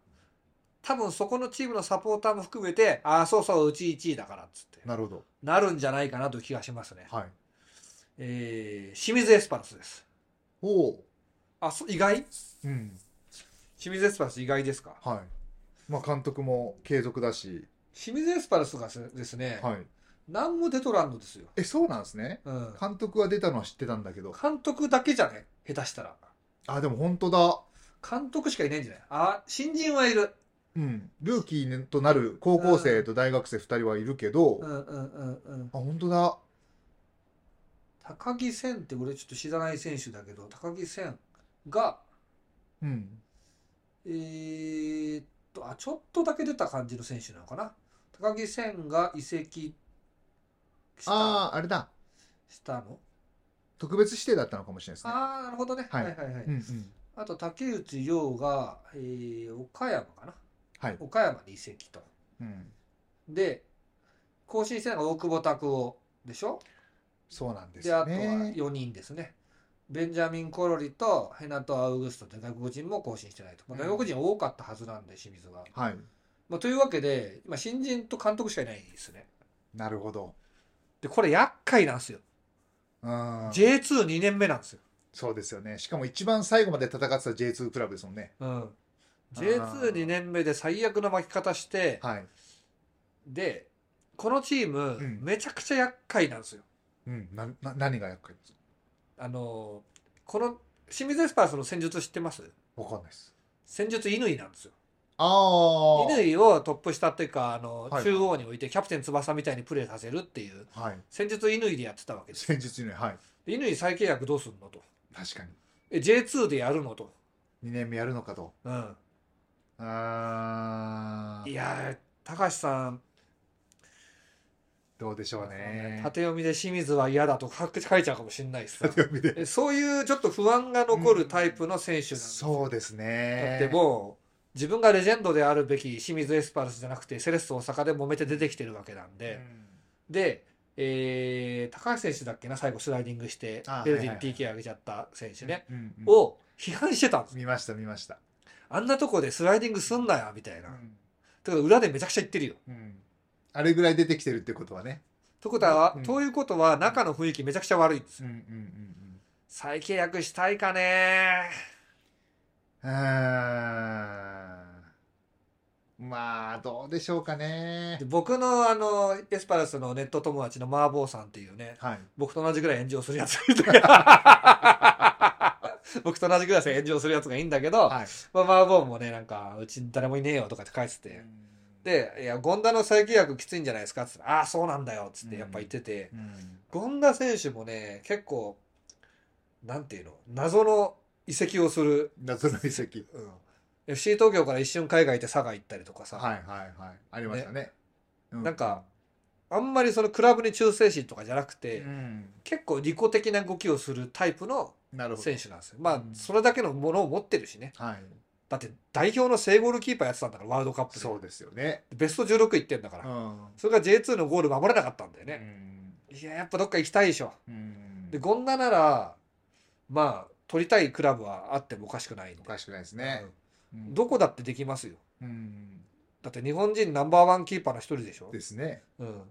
B: 多分そこのチームのサポーターも含めて、ああ、そうそう、うち1位だからっつって、
A: なるほど。
B: なるんじゃないかなという気がしますね。
A: はい。
B: えー、清水エスパルスです。
A: おお。
B: あ、そう意外
A: うん。
B: 清水エスパルス意外ですか
A: はい。まあ監督も継続だし。
B: 清水エスパルスがすですね、
A: はい。
B: 何も出とらんのですよ。
A: え、そうなんですね。
B: うん。
A: 監督が出たのは知ってたんだけど。
B: 監督だけじゃね下手したら。
A: あ、でも本当だ。
B: 監督しかいないんじゃないあ、新人はいる。
A: うん、ルーキーとなる高校生と大学生2人はいるけど、
B: う
A: あ
B: んうんうんうん。
A: 本当だ
B: 高木千って俺ちょっと知らない選手だけど、高木千が、
A: うん
B: えーっとあちょっとだけ出た感じの選手なのかな高木千が移籍した
A: ああ、あれだ。
B: したの
A: 特別指定だったのかもしれないですね。
B: ああなるほどね、は、
A: はいい
B: はいはい
A: うんうん。
B: あと竹内涼が、えー岡山かな
A: はい。
B: 岡山に移籍と
A: うん。
B: で更新してたのが大久保拓夫でしょ
A: そうなんです
B: であとは
A: ね。
B: 4人ですね。ベンジャミン・コロリとヘナト・アウグストで外国人も更新してないと。まあ、
A: うん
B: 外国人多かったはずなんで、清水が。
A: はい。
B: まあ、というわけで、今、新人と監督しかいないですね。
A: なるほど。
B: で、これ厄介なんですよ。
A: うん。
B: J22 年目なんですよ。
A: そうですよね。しかも一番最後まで戦ってた J2 クラブですもんね。
B: うん。
A: ー
B: J22 年目で最悪の巻き方して、
A: はい。
B: で、このチーム、
A: うん
B: めちゃくちゃ厄介なんですよ。
A: うん。な、な何が厄介ですか
B: あのー、この、清水エスパースの戦術知ってます
A: わかんないです。
B: 戦術乾なんですよ。
A: ああ。
B: 乾をトップ下っていうかあの、
A: はい
B: 中央に置いてキャプテン翼みたいにプレーさせるっていう
A: はい。
B: 戦術乾でやってたわけです
A: 戦術ね。はい。
B: で乾再契約どうすんのと
A: 確かに。
B: え J2 でやるのと、
A: 2年目やるのかと。
B: うん、
A: ああ。
B: いやー高橋さん、
A: どうでしょうね。
B: 縦読みで清水は嫌だと書く書いちゃうかもしれないです
A: 縦読みで。
B: えそういうちょっと不安が残るタイプの選手なんです
A: そうですね。
B: だってもう自分がレジェンドであるべき清水エスパルスじゃなくてセレッソ大阪で揉めて出てきてるわけなんで、で、えー高橋選手だっけな、最後スライディングして
A: あ、
B: ベルデ
A: は
B: ィ
A: い
B: に
A: はいはい
B: PK 上げちゃった選手ね、
A: うんうんうん
B: を批判してたんです。
A: 見ました見ました。
B: あんなとこでスライディングすんなよ、みたいな。
A: う
B: だ
A: ん
B: から裏でめちゃくちゃ言ってるよ。
A: うんあれぐらい出てきてるってことはね。
B: ということは、
A: うん
B: ということは中の雰囲気めちゃくちゃ悪いんですよ。
A: うんうんうん
B: 再契約したいかね
A: うん。あーまあどうでしょうかね
B: で。僕のあの、エスパルスのネット友達のマーボーさんっていうね、
A: はい。
B: 僕と同じぐらい炎上するやつがいるんだけど 僕と同じぐらい炎上するやつがいいんだけど、
A: はい。
B: まあ、マーボーもね、なんか、うち誰もいねえよとかって返してて、で、いや、権田の再契約きついんじゃないですかって言ったら、ああ、そうなんだよっつってやっぱ言ってて、
A: うん、
B: 権田選手もね、結構、なんていうの、謎の移籍をする、
A: 謎の遺跡。
B: うん、FC 東京から一瞬海外行って佐賀行ったりとかさ、
A: はいはいはい。ありましたね。う
B: なんか、あんまりそのクラブに忠誠心とかじゃなくて、
A: うん
B: 結構利己的な動きをするタイプの
A: なるほど。
B: 選手なんですよ。まあ
A: う、ん
B: それだけのものを持ってるしね。
A: はい。
B: だって、代表の正ゴールキーパーやってたんだから、ワールドカップで。
A: そうですよね。
B: ベスト16行ってんだから。
A: うん。
B: それが J2 のゴール守れなかったんだよね。
A: うん
B: いや、やっぱどっか行きたいでしょ。
A: うん
B: で、ゴンダなら、まあ、取りたいクラブはあってもおかしくないんで
A: おかしくないですね。
B: う
A: うんん
B: どこだってできますよ。
A: うん
B: だって日本人ナンバーワンキーパーの一人でしょ
A: で。すね。
B: うん。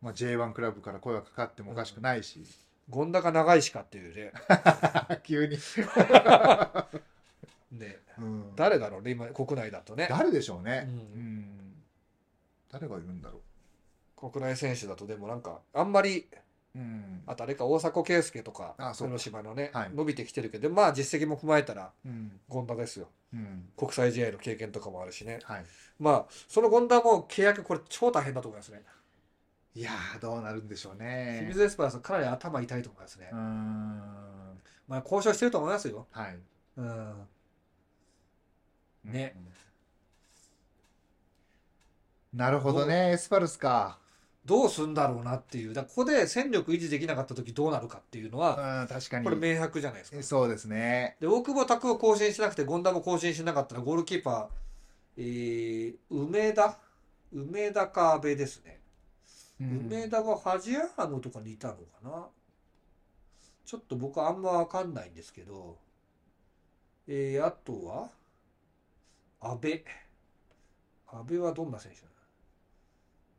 A: まあ、J1 クラブから声がかかってもおかしくないし、
B: ゴンダか長いしかっていうね。
A: 急に、
B: ね。
A: うん
B: 誰だろうね、今、国内だとね。
A: 誰でしょうね、
B: う
A: うんん誰がいるんだろ
B: 国内選手だと、でもなんか、あんまり、
A: う、うん
B: あとあれか、大迫圭介とか
A: あ、そうか
B: 広島のね
A: は、い
B: 伸びてきてるけど、まあ、実績も踏まえたら、
A: うん
B: ゴンダですよ。
A: うん
B: 国際試合の経験とかもあるしね。
A: はい、
B: まあ、そのゴンダも契約、これ超大変だと思いますね。
A: いやーどうなるんでしょう
B: 清
A: ね
B: 水エスパルスかなり頭痛いと思いますね
A: う。ん
B: まあ交渉してると思いますよ。
A: はい
B: うん。ね、
A: うんなるほどねエスパルスか
B: どうすんだろうなっていう。だからここで戦力維持できなかった時どうなるかっていうの
A: う
B: は、
A: ん確かに
B: これ明白じゃないですか。
A: えそうですね
B: で、大久保拓を更新しなくて、権田も更新しなかったら、ゴールキーパー、えー、梅田梅田か阿部ですね。
A: うん
B: 梅田がファジアーノとかにいたのかなちょっと僕はあんまわかんないんですけど、えー、あとは、阿部。阿部はどんな選手な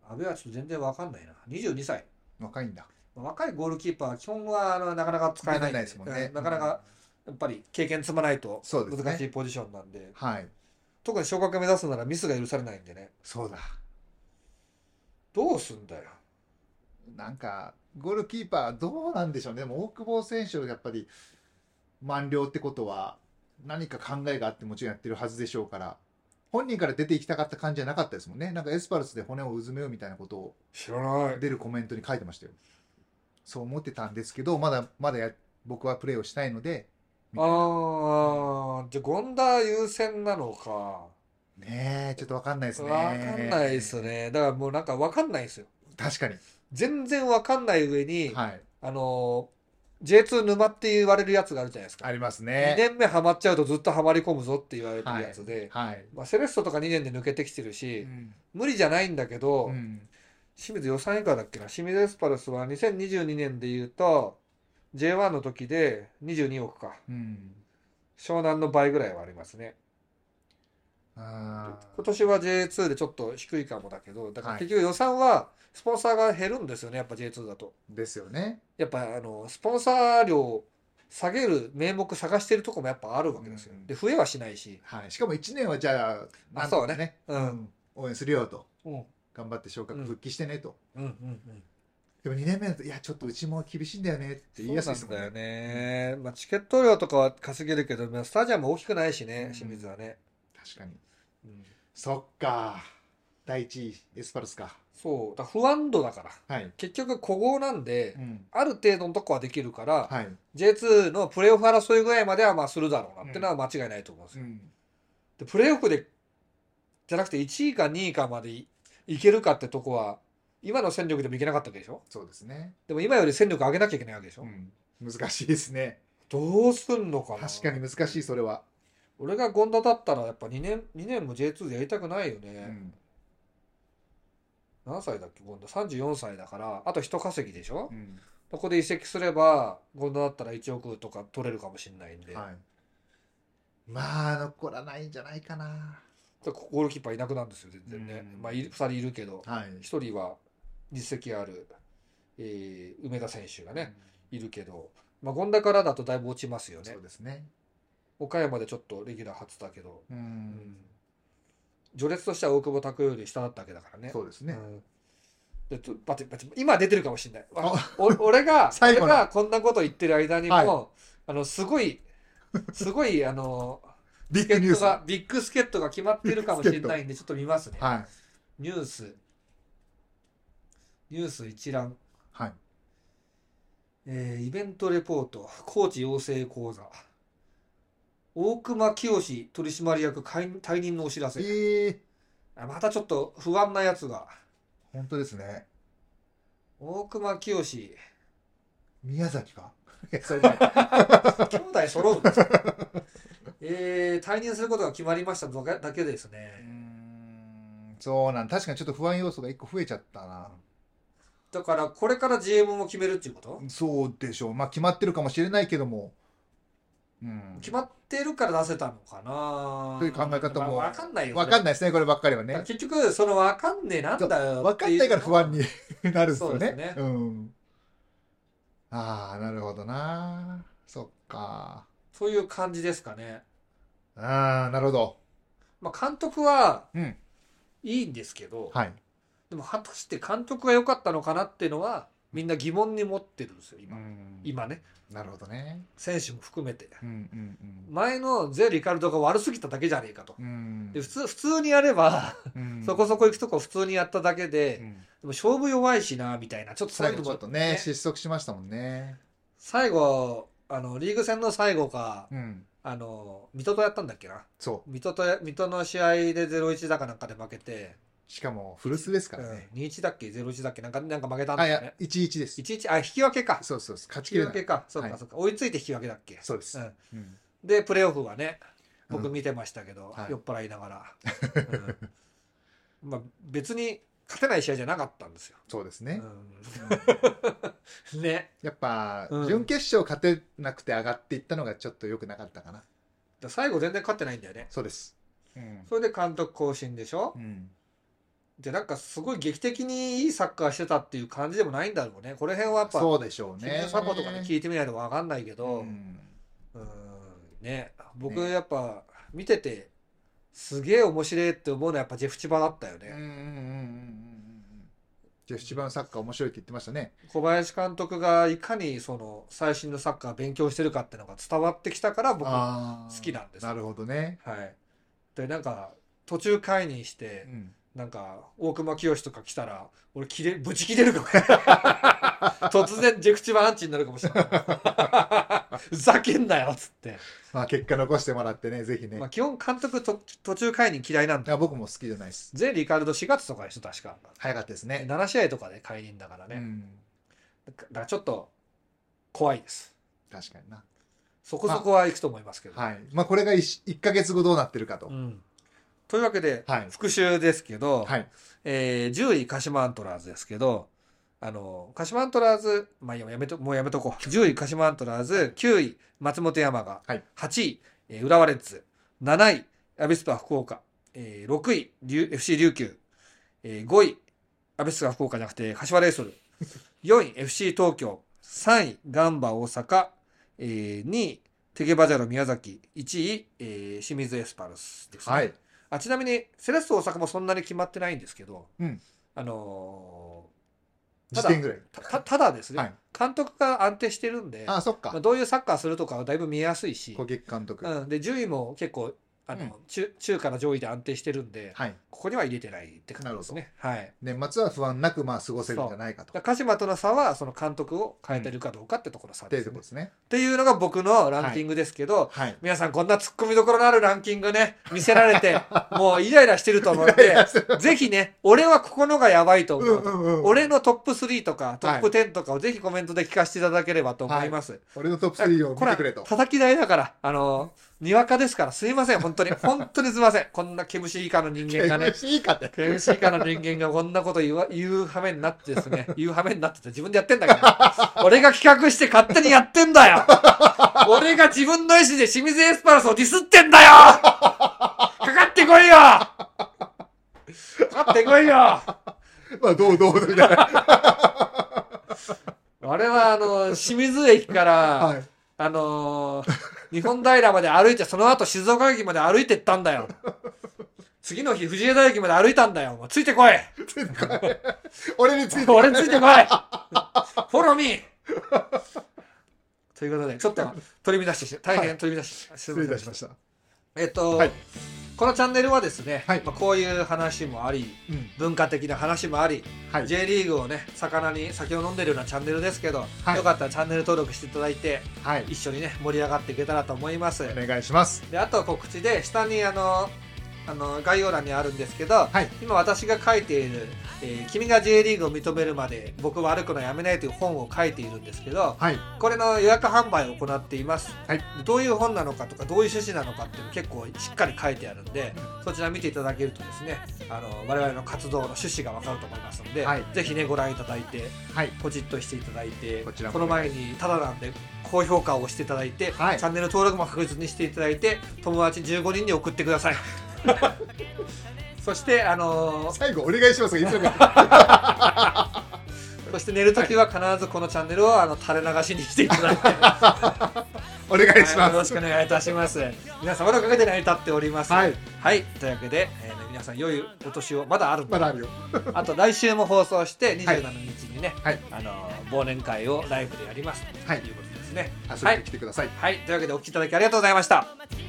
B: の阿部はちょっと全然わかんないな。22歳。
A: 若いんだ
B: まあ若いゴールキーパーは基本はあのなかなか使えな
A: 出
B: いん
A: てないですもんね
B: うんなかなかやっぱり経験積まないと
A: そうですね
B: 難しいポジションなんで、
A: はい
B: 特に昇格目指すならミスが許されないんでね。
A: そうだ
B: どうすんだよ。
A: なんかゴールキーパーどうなんでしょうねでも大久保選手はやっぱり満了ってことは何か考えがあってもちろんやってるはずでしょうから本人から出ていきたかった感じじゃなかったですもんねなんかエスパルスで骨をうずめようみたいなことを
B: 知らない。
A: 出るコメントに書いてましたよそう思ってたんですけどまだまだや僕はプレーをしたいのでみたいな
B: ああ、じゃあ、権田優先なのか。
A: ねえ、ちょっとわかんないですね。
B: わかんないですね。だからもうなんかわかんないですよ。
A: 確かに。
B: 全然わかんない上に、
A: はい。
B: あのー、J2 沼って言われるやつがあるじゃないですか。
A: あります
B: 2
A: ね。
B: 年目ハマっちゃうとずっとハマり込むぞって言われてるやつで、
A: はい。
B: まあ、セレッソとか2年で抜けてきてるし、
A: ん。
B: 無理じゃないんだけ
A: う
B: ど、
A: ん
B: 清水予算以下だっけな清水エスパルスは2022年で言うと J1 の時で22億か
A: うん。
B: 湘南の倍ぐらいはありますね
A: あ
B: 今年は J2 でちょっと低いかもだけどだから
A: はい
B: 結局予算はスポンサーが減るんですよねやっぱ J2 だと
A: ーですよね。
B: やっぱあのスポンサー料を下げる名目探してるとこもやっぱあるわけですよ、
A: うん
B: で増えはしないし
A: はい。しかも1年はじゃあ、
B: あ
A: なんとか
B: そうね。うん
A: 応援するよと。
B: うん
A: 頑張って昇格
B: うん
A: 復帰してねと。
B: うんうん
A: でも2年目だと、いや、ちょっとうちも厳しいんだよねって言いやすいです
B: そう
A: もん
B: なんだ
A: ね
B: よ。ね、まあ、チケット料とかは稼げるけどまあスタジアム大きくないし
A: う
B: ね
A: ん
B: 清水はね、
A: 確かに。
B: うん
A: そっか。第1位、エスパルスか。
B: そうだから不安度だから
A: はい。
B: 結局古豪なんで、
A: うん。
B: ある程度のとこはできるから、
A: はい。
B: J2 のプレーオフ争いぐらいまではまあするだろうなってのは間違いないと思うんです
A: う
B: よ、
A: ん。
B: でプレーオフでじゃなくて1位か2位かまでいいけるかってとこは今の戦力でもいけなかったわけでしょ
A: そうですね。
B: でも今より戦力上げなきゃいけないわけでしょ、
A: うん。難しいですね。
B: どうすんのかな
A: 確かに難しい、それは。
B: 俺が権田だったらやっぱ2年2年も J2 でやりたくないよね、
A: うん。
B: 何歳だっけ、ゴンダ34歳だから、あと一稼ぎでしょ
A: うん
B: ここで移籍すれば、ゴンダだったら1億とか取れるかもしれないんで、
A: はい。まあ、残らないんじゃないかな。
B: でゴールキーパーいなくなるんですよ、全然ね。
A: うん
B: まあ、い2人いるけど、
A: はい。
B: 1人は実績ある、えー梅田選手がね、いるけど、まあ、ゴンダからだとだいぶ落ちますよ
A: うん。
B: ね
A: そう。ですね。
B: 岡山でちょっとレギュラー初だけど、
A: う。
B: うん序列としては大久保拓也より下だったわけだからね。
A: そうですね。
B: うんでちょバチバチ今出てるかもしれない。わ
A: あ
B: お 俺が
A: 最後の
B: 俺がこんなこと言ってる間にも、
A: は
B: あのすごいすごいあの
A: ビ
B: ビッ
A: ッグニュース。は
B: がビッグスケットが決まってるかもしれないんでちょっと見ますね
A: い。。は
B: ニュースニュース一覧、
A: い。
B: えーイベントレポートコーチ養成講座大熊清取締役解任退任のお知らせ
A: ええ。
B: あまたちょっと不安なやつが
A: 本当ですね。
B: 大熊清
A: 宮崎か。いや、それじゃ
B: 兄弟揃うんですよえー、退任することが決まりましただけだけです
A: う
B: ね。
A: んそうなん。確かにちょっと不安要素が一個増えちゃったな。
B: だから、これから GM も決めるっていうこと、
A: そうでしょう。まあ、決まってるかもしれないけども。うん。
B: 決まってるから出せたのかな
A: という考え方も
B: わかんないよ、ね。
A: わかん
B: ない。
A: ないですね、こればっかりはね。
B: 結局、そのわかんねえなんだよ。
A: わかんないから不安
B: に。
A: に なるんですよ
B: そうで
A: ね。
B: すね
A: うん。ああ、なるほどな。そっか。
B: そういう感じですかね。
A: ああ、なるほど。
B: まあ、監督は
A: うん。
B: いいんですけど、
A: はい。
B: でも果たして監督が良かったのかなっていうのは、みんな疑問に持ってるんですよ、今。
A: ん。
B: 今ね。
A: なるほどね。
B: 選手も含めて。
A: うんうん
B: 前のゼ・リカルドが悪すぎただけじゃねえかと。
A: うん。うん
B: で普通普通にやれば、
A: うん
B: そこそこ行くとこ普通にやっただけで、
A: う
B: でも
A: ん
B: 勝負弱いしなみたいなちょっと
A: 最
B: 最
A: 後
B: 後
A: ちょっとね、失速しましたもんね。
B: 最後あのリーグ戦の最後か
A: うん。
B: あの水戸とやったんだっけな
A: そう。
B: 水戸と水戸の試合で0-1だかなんかで負けて、
A: しかも、古巣です
B: う
A: からね。
B: ん、2-1だっけ0-1だっけなんかなんか負けたん
A: あ、
B: だ
A: い
B: よ
A: や
B: ね、
A: 1-1です。
B: 1-1あ引き分けか
A: そうそうそう。勝ちき
B: 引き
A: れ
B: 分
A: な
B: け
A: い。
B: かそうか、
A: はい
B: そうか追いついて引き分けだっけ
A: そうです。
B: うん
A: うん
B: でプレーオフはね僕
A: うん
B: 見てましたけど、
A: はい
B: 酔っ払いなが ら、うんまあ別に勝てない試合じゃなかったんですよ、
A: そうですね。
B: うん ね
A: やっぱ
B: うん、
A: 準決勝勝てなくて上がっていったのがちょっと良くなかったかな。
B: だ最後全然勝ってないんだよね
A: そうです。うん。
B: それで監督更新でしょ
A: うん。
B: でなんかすごい劇的にいいサッカーしてたっていう感じでもないんだろうねこの辺はやっぱ
A: そうでしょう
B: 清
A: ね
B: 水。サポとかに聞いてみないと分かんないけ
A: う
B: ど、うんんね僕
A: ね
B: やっぱ見ててすげえ面白いって思うのはやっぱジェフチバだったよ
A: うん
B: ね、
A: うんうんうんうん。じゃあ、七番サッカー面白いって言ってましたね。
B: 小林監督がいかにその最新のサッカーを勉強してるかってのが伝わってきたから僕は
A: あー
B: 好きなんです
A: なるほどね。
B: いでなんか途中解任し
A: う
B: て
A: ん。
B: なんか大熊清とか来たら俺切れブチ切れるかも 突然ジェクチバアンチになるかもしれな いふざけんなよっつって、
A: まあ結果残してもらってね、ぜひね。
B: まあ、基本監督と途中解任嫌いなん
A: い
B: だ
A: や僕も好きじゃないです。
B: 全リカルド4月とかでしょ確か
A: 早かったですね。
B: 7試合とかで解任だからね、
A: うん。
B: だからちょっと怖いです
A: 確かにな。
B: そこそこはいくと思いますけど、
A: はい。まあこれが 1, 一ヶ月後どうなってるかと。
B: うん、というわけで、
A: はい
B: 復習ですけど、
A: はい。
B: えー10位鹿島アントラーズですけど、あの、鹿島アントラーズ、まあ、いいややめと、もうやめとこう。10位鹿 島アントラーズ、9位松本山が、
A: はい
B: 8位、えー浦和レッズ、7位アビスパ福岡、えー6位琉 FC 琉球、えー5位アビスパ福岡じゃなくて柏レイ ソル、4位 FC 東京、3位ガンバ大阪、えー2位テゲバジャロ宮崎、1位、えー清水エスパルスです、ね。
A: はい。
B: あちなみにセレッソ大阪もそんなに決まってないんですけど、
A: うん
B: あのた
A: 時
B: だ
A: 点ぐらい。
B: ーたたただですね、
A: はい
B: 監督が安定してるんで、
A: ああ、そっ
B: まあ、
A: か。
B: どういうサッカーするとかはだいぶ見えやすいし
A: 小、木監督。
B: うん、で順位も結構あの、
A: うん
B: 中中から上位で安定してるんで、
A: はい。
B: ここには入れてないって感じですね。はい、
A: 年末は不安なく、まあ過ごせるんじゃないかと。
B: だから鹿島との差はその監督を変えてるかどうかってところ差
A: という
B: です
A: と
B: ね、
A: こですね。
B: っていうのが僕のランキングですけど、
A: はい。
B: 皆さんこんな突っ込みどころのあるランキングね、見せられ て、もうイライラしてると思うんで、ぜひね、俺はここのがやばいと思
A: う
B: う。
A: んうんうん。
B: 俺のトップ3とかトップ10とかをぜひコメントで聞かせていただければと思います。
A: 俺のトップ3を
B: こ
A: 見て
B: れは
A: くれと。
B: 叩き台だから、あの、にわかですから、すいません、本当に。本当にすいません。こんな毛虫以下の人間がね、
A: いいかって。
B: 毛虫以下の人間がこんなこと言わ言う羽目になってですね、言う羽目になってて自分でやってんだけど、俺が企画して勝手にやってんだよ俺が自分の意思で清水エスパルスをディスってんだよかかってこいよかかってこいよ
A: まあ、どうどうみたいな。
B: あれはあ の清水駅から、
A: はい。
B: あのー日本平まで歩いてその後静岡駅まで歩いてったん だよ次の日藤枝駅まで歩いたんだよもうついてこい
A: 俺について。
B: 俺についてこい フォローミーということでちょっと取り乱してし大変取り乱して、すい
A: 失礼い
B: ま
A: た
B: せ
A: し
B: ん
A: ました。
B: えっと、
A: はい
B: このチャンネルはですね、
A: はい
B: まあ、こういう話もあり
A: うん。
B: 文化的な話もあり、
A: はい。
B: J リーグをね魚に酒を飲んでるようなチャンネルですけど、
A: はい
B: よかったらチャンネル登録していただいて
A: はい。
B: 一緒にね盛り上がっていけたらと思います
A: お願いします。
B: であと告知で下にあのあの概要欄にあるんですけど
A: はい。
B: 今私が書いている、えー君が J リーグを認めるまで僕は歩くのやめない」という本を書いているんですけど
A: はい。
B: これの予約販売を行っています、
A: はい
B: でどういう本なのかとかどういう趣旨なのかっていうの結構しっかり書いてあるんでそちら見ていただけるとですねあの我々の活動の趣旨がわかると思いますので、
A: はい
B: ぜひねご覧いただいて
A: はい。
B: ポチッとしていただいて
A: こちらも
B: の前にただなんで高評価をしていただいて、
A: はい
B: チャンネル登録も確実にしていただいて友達15人に送ってくだ さいそしてあのー
A: 最後、お願いしますが。いつも か。
B: そして寝る時は必ずこのチャンネルをあの垂れ流しにしていただいて
A: お願いし
B: はい
A: ま
B: よろ
A: す。
B: しくお願いいたします皆様のおかげで成り立っております
A: はい、
B: はいというわけで、えー皆さん良いお年をまだあるんで
A: まだあるよ。
B: あと来週も放送して27日にね、
A: はい
B: あのー忘年会をライブでやりますと
A: はい
B: いうことですね、
A: 遊びに来てください。
B: はい、というわけでお聞きいただきありがとうございました。
C: 「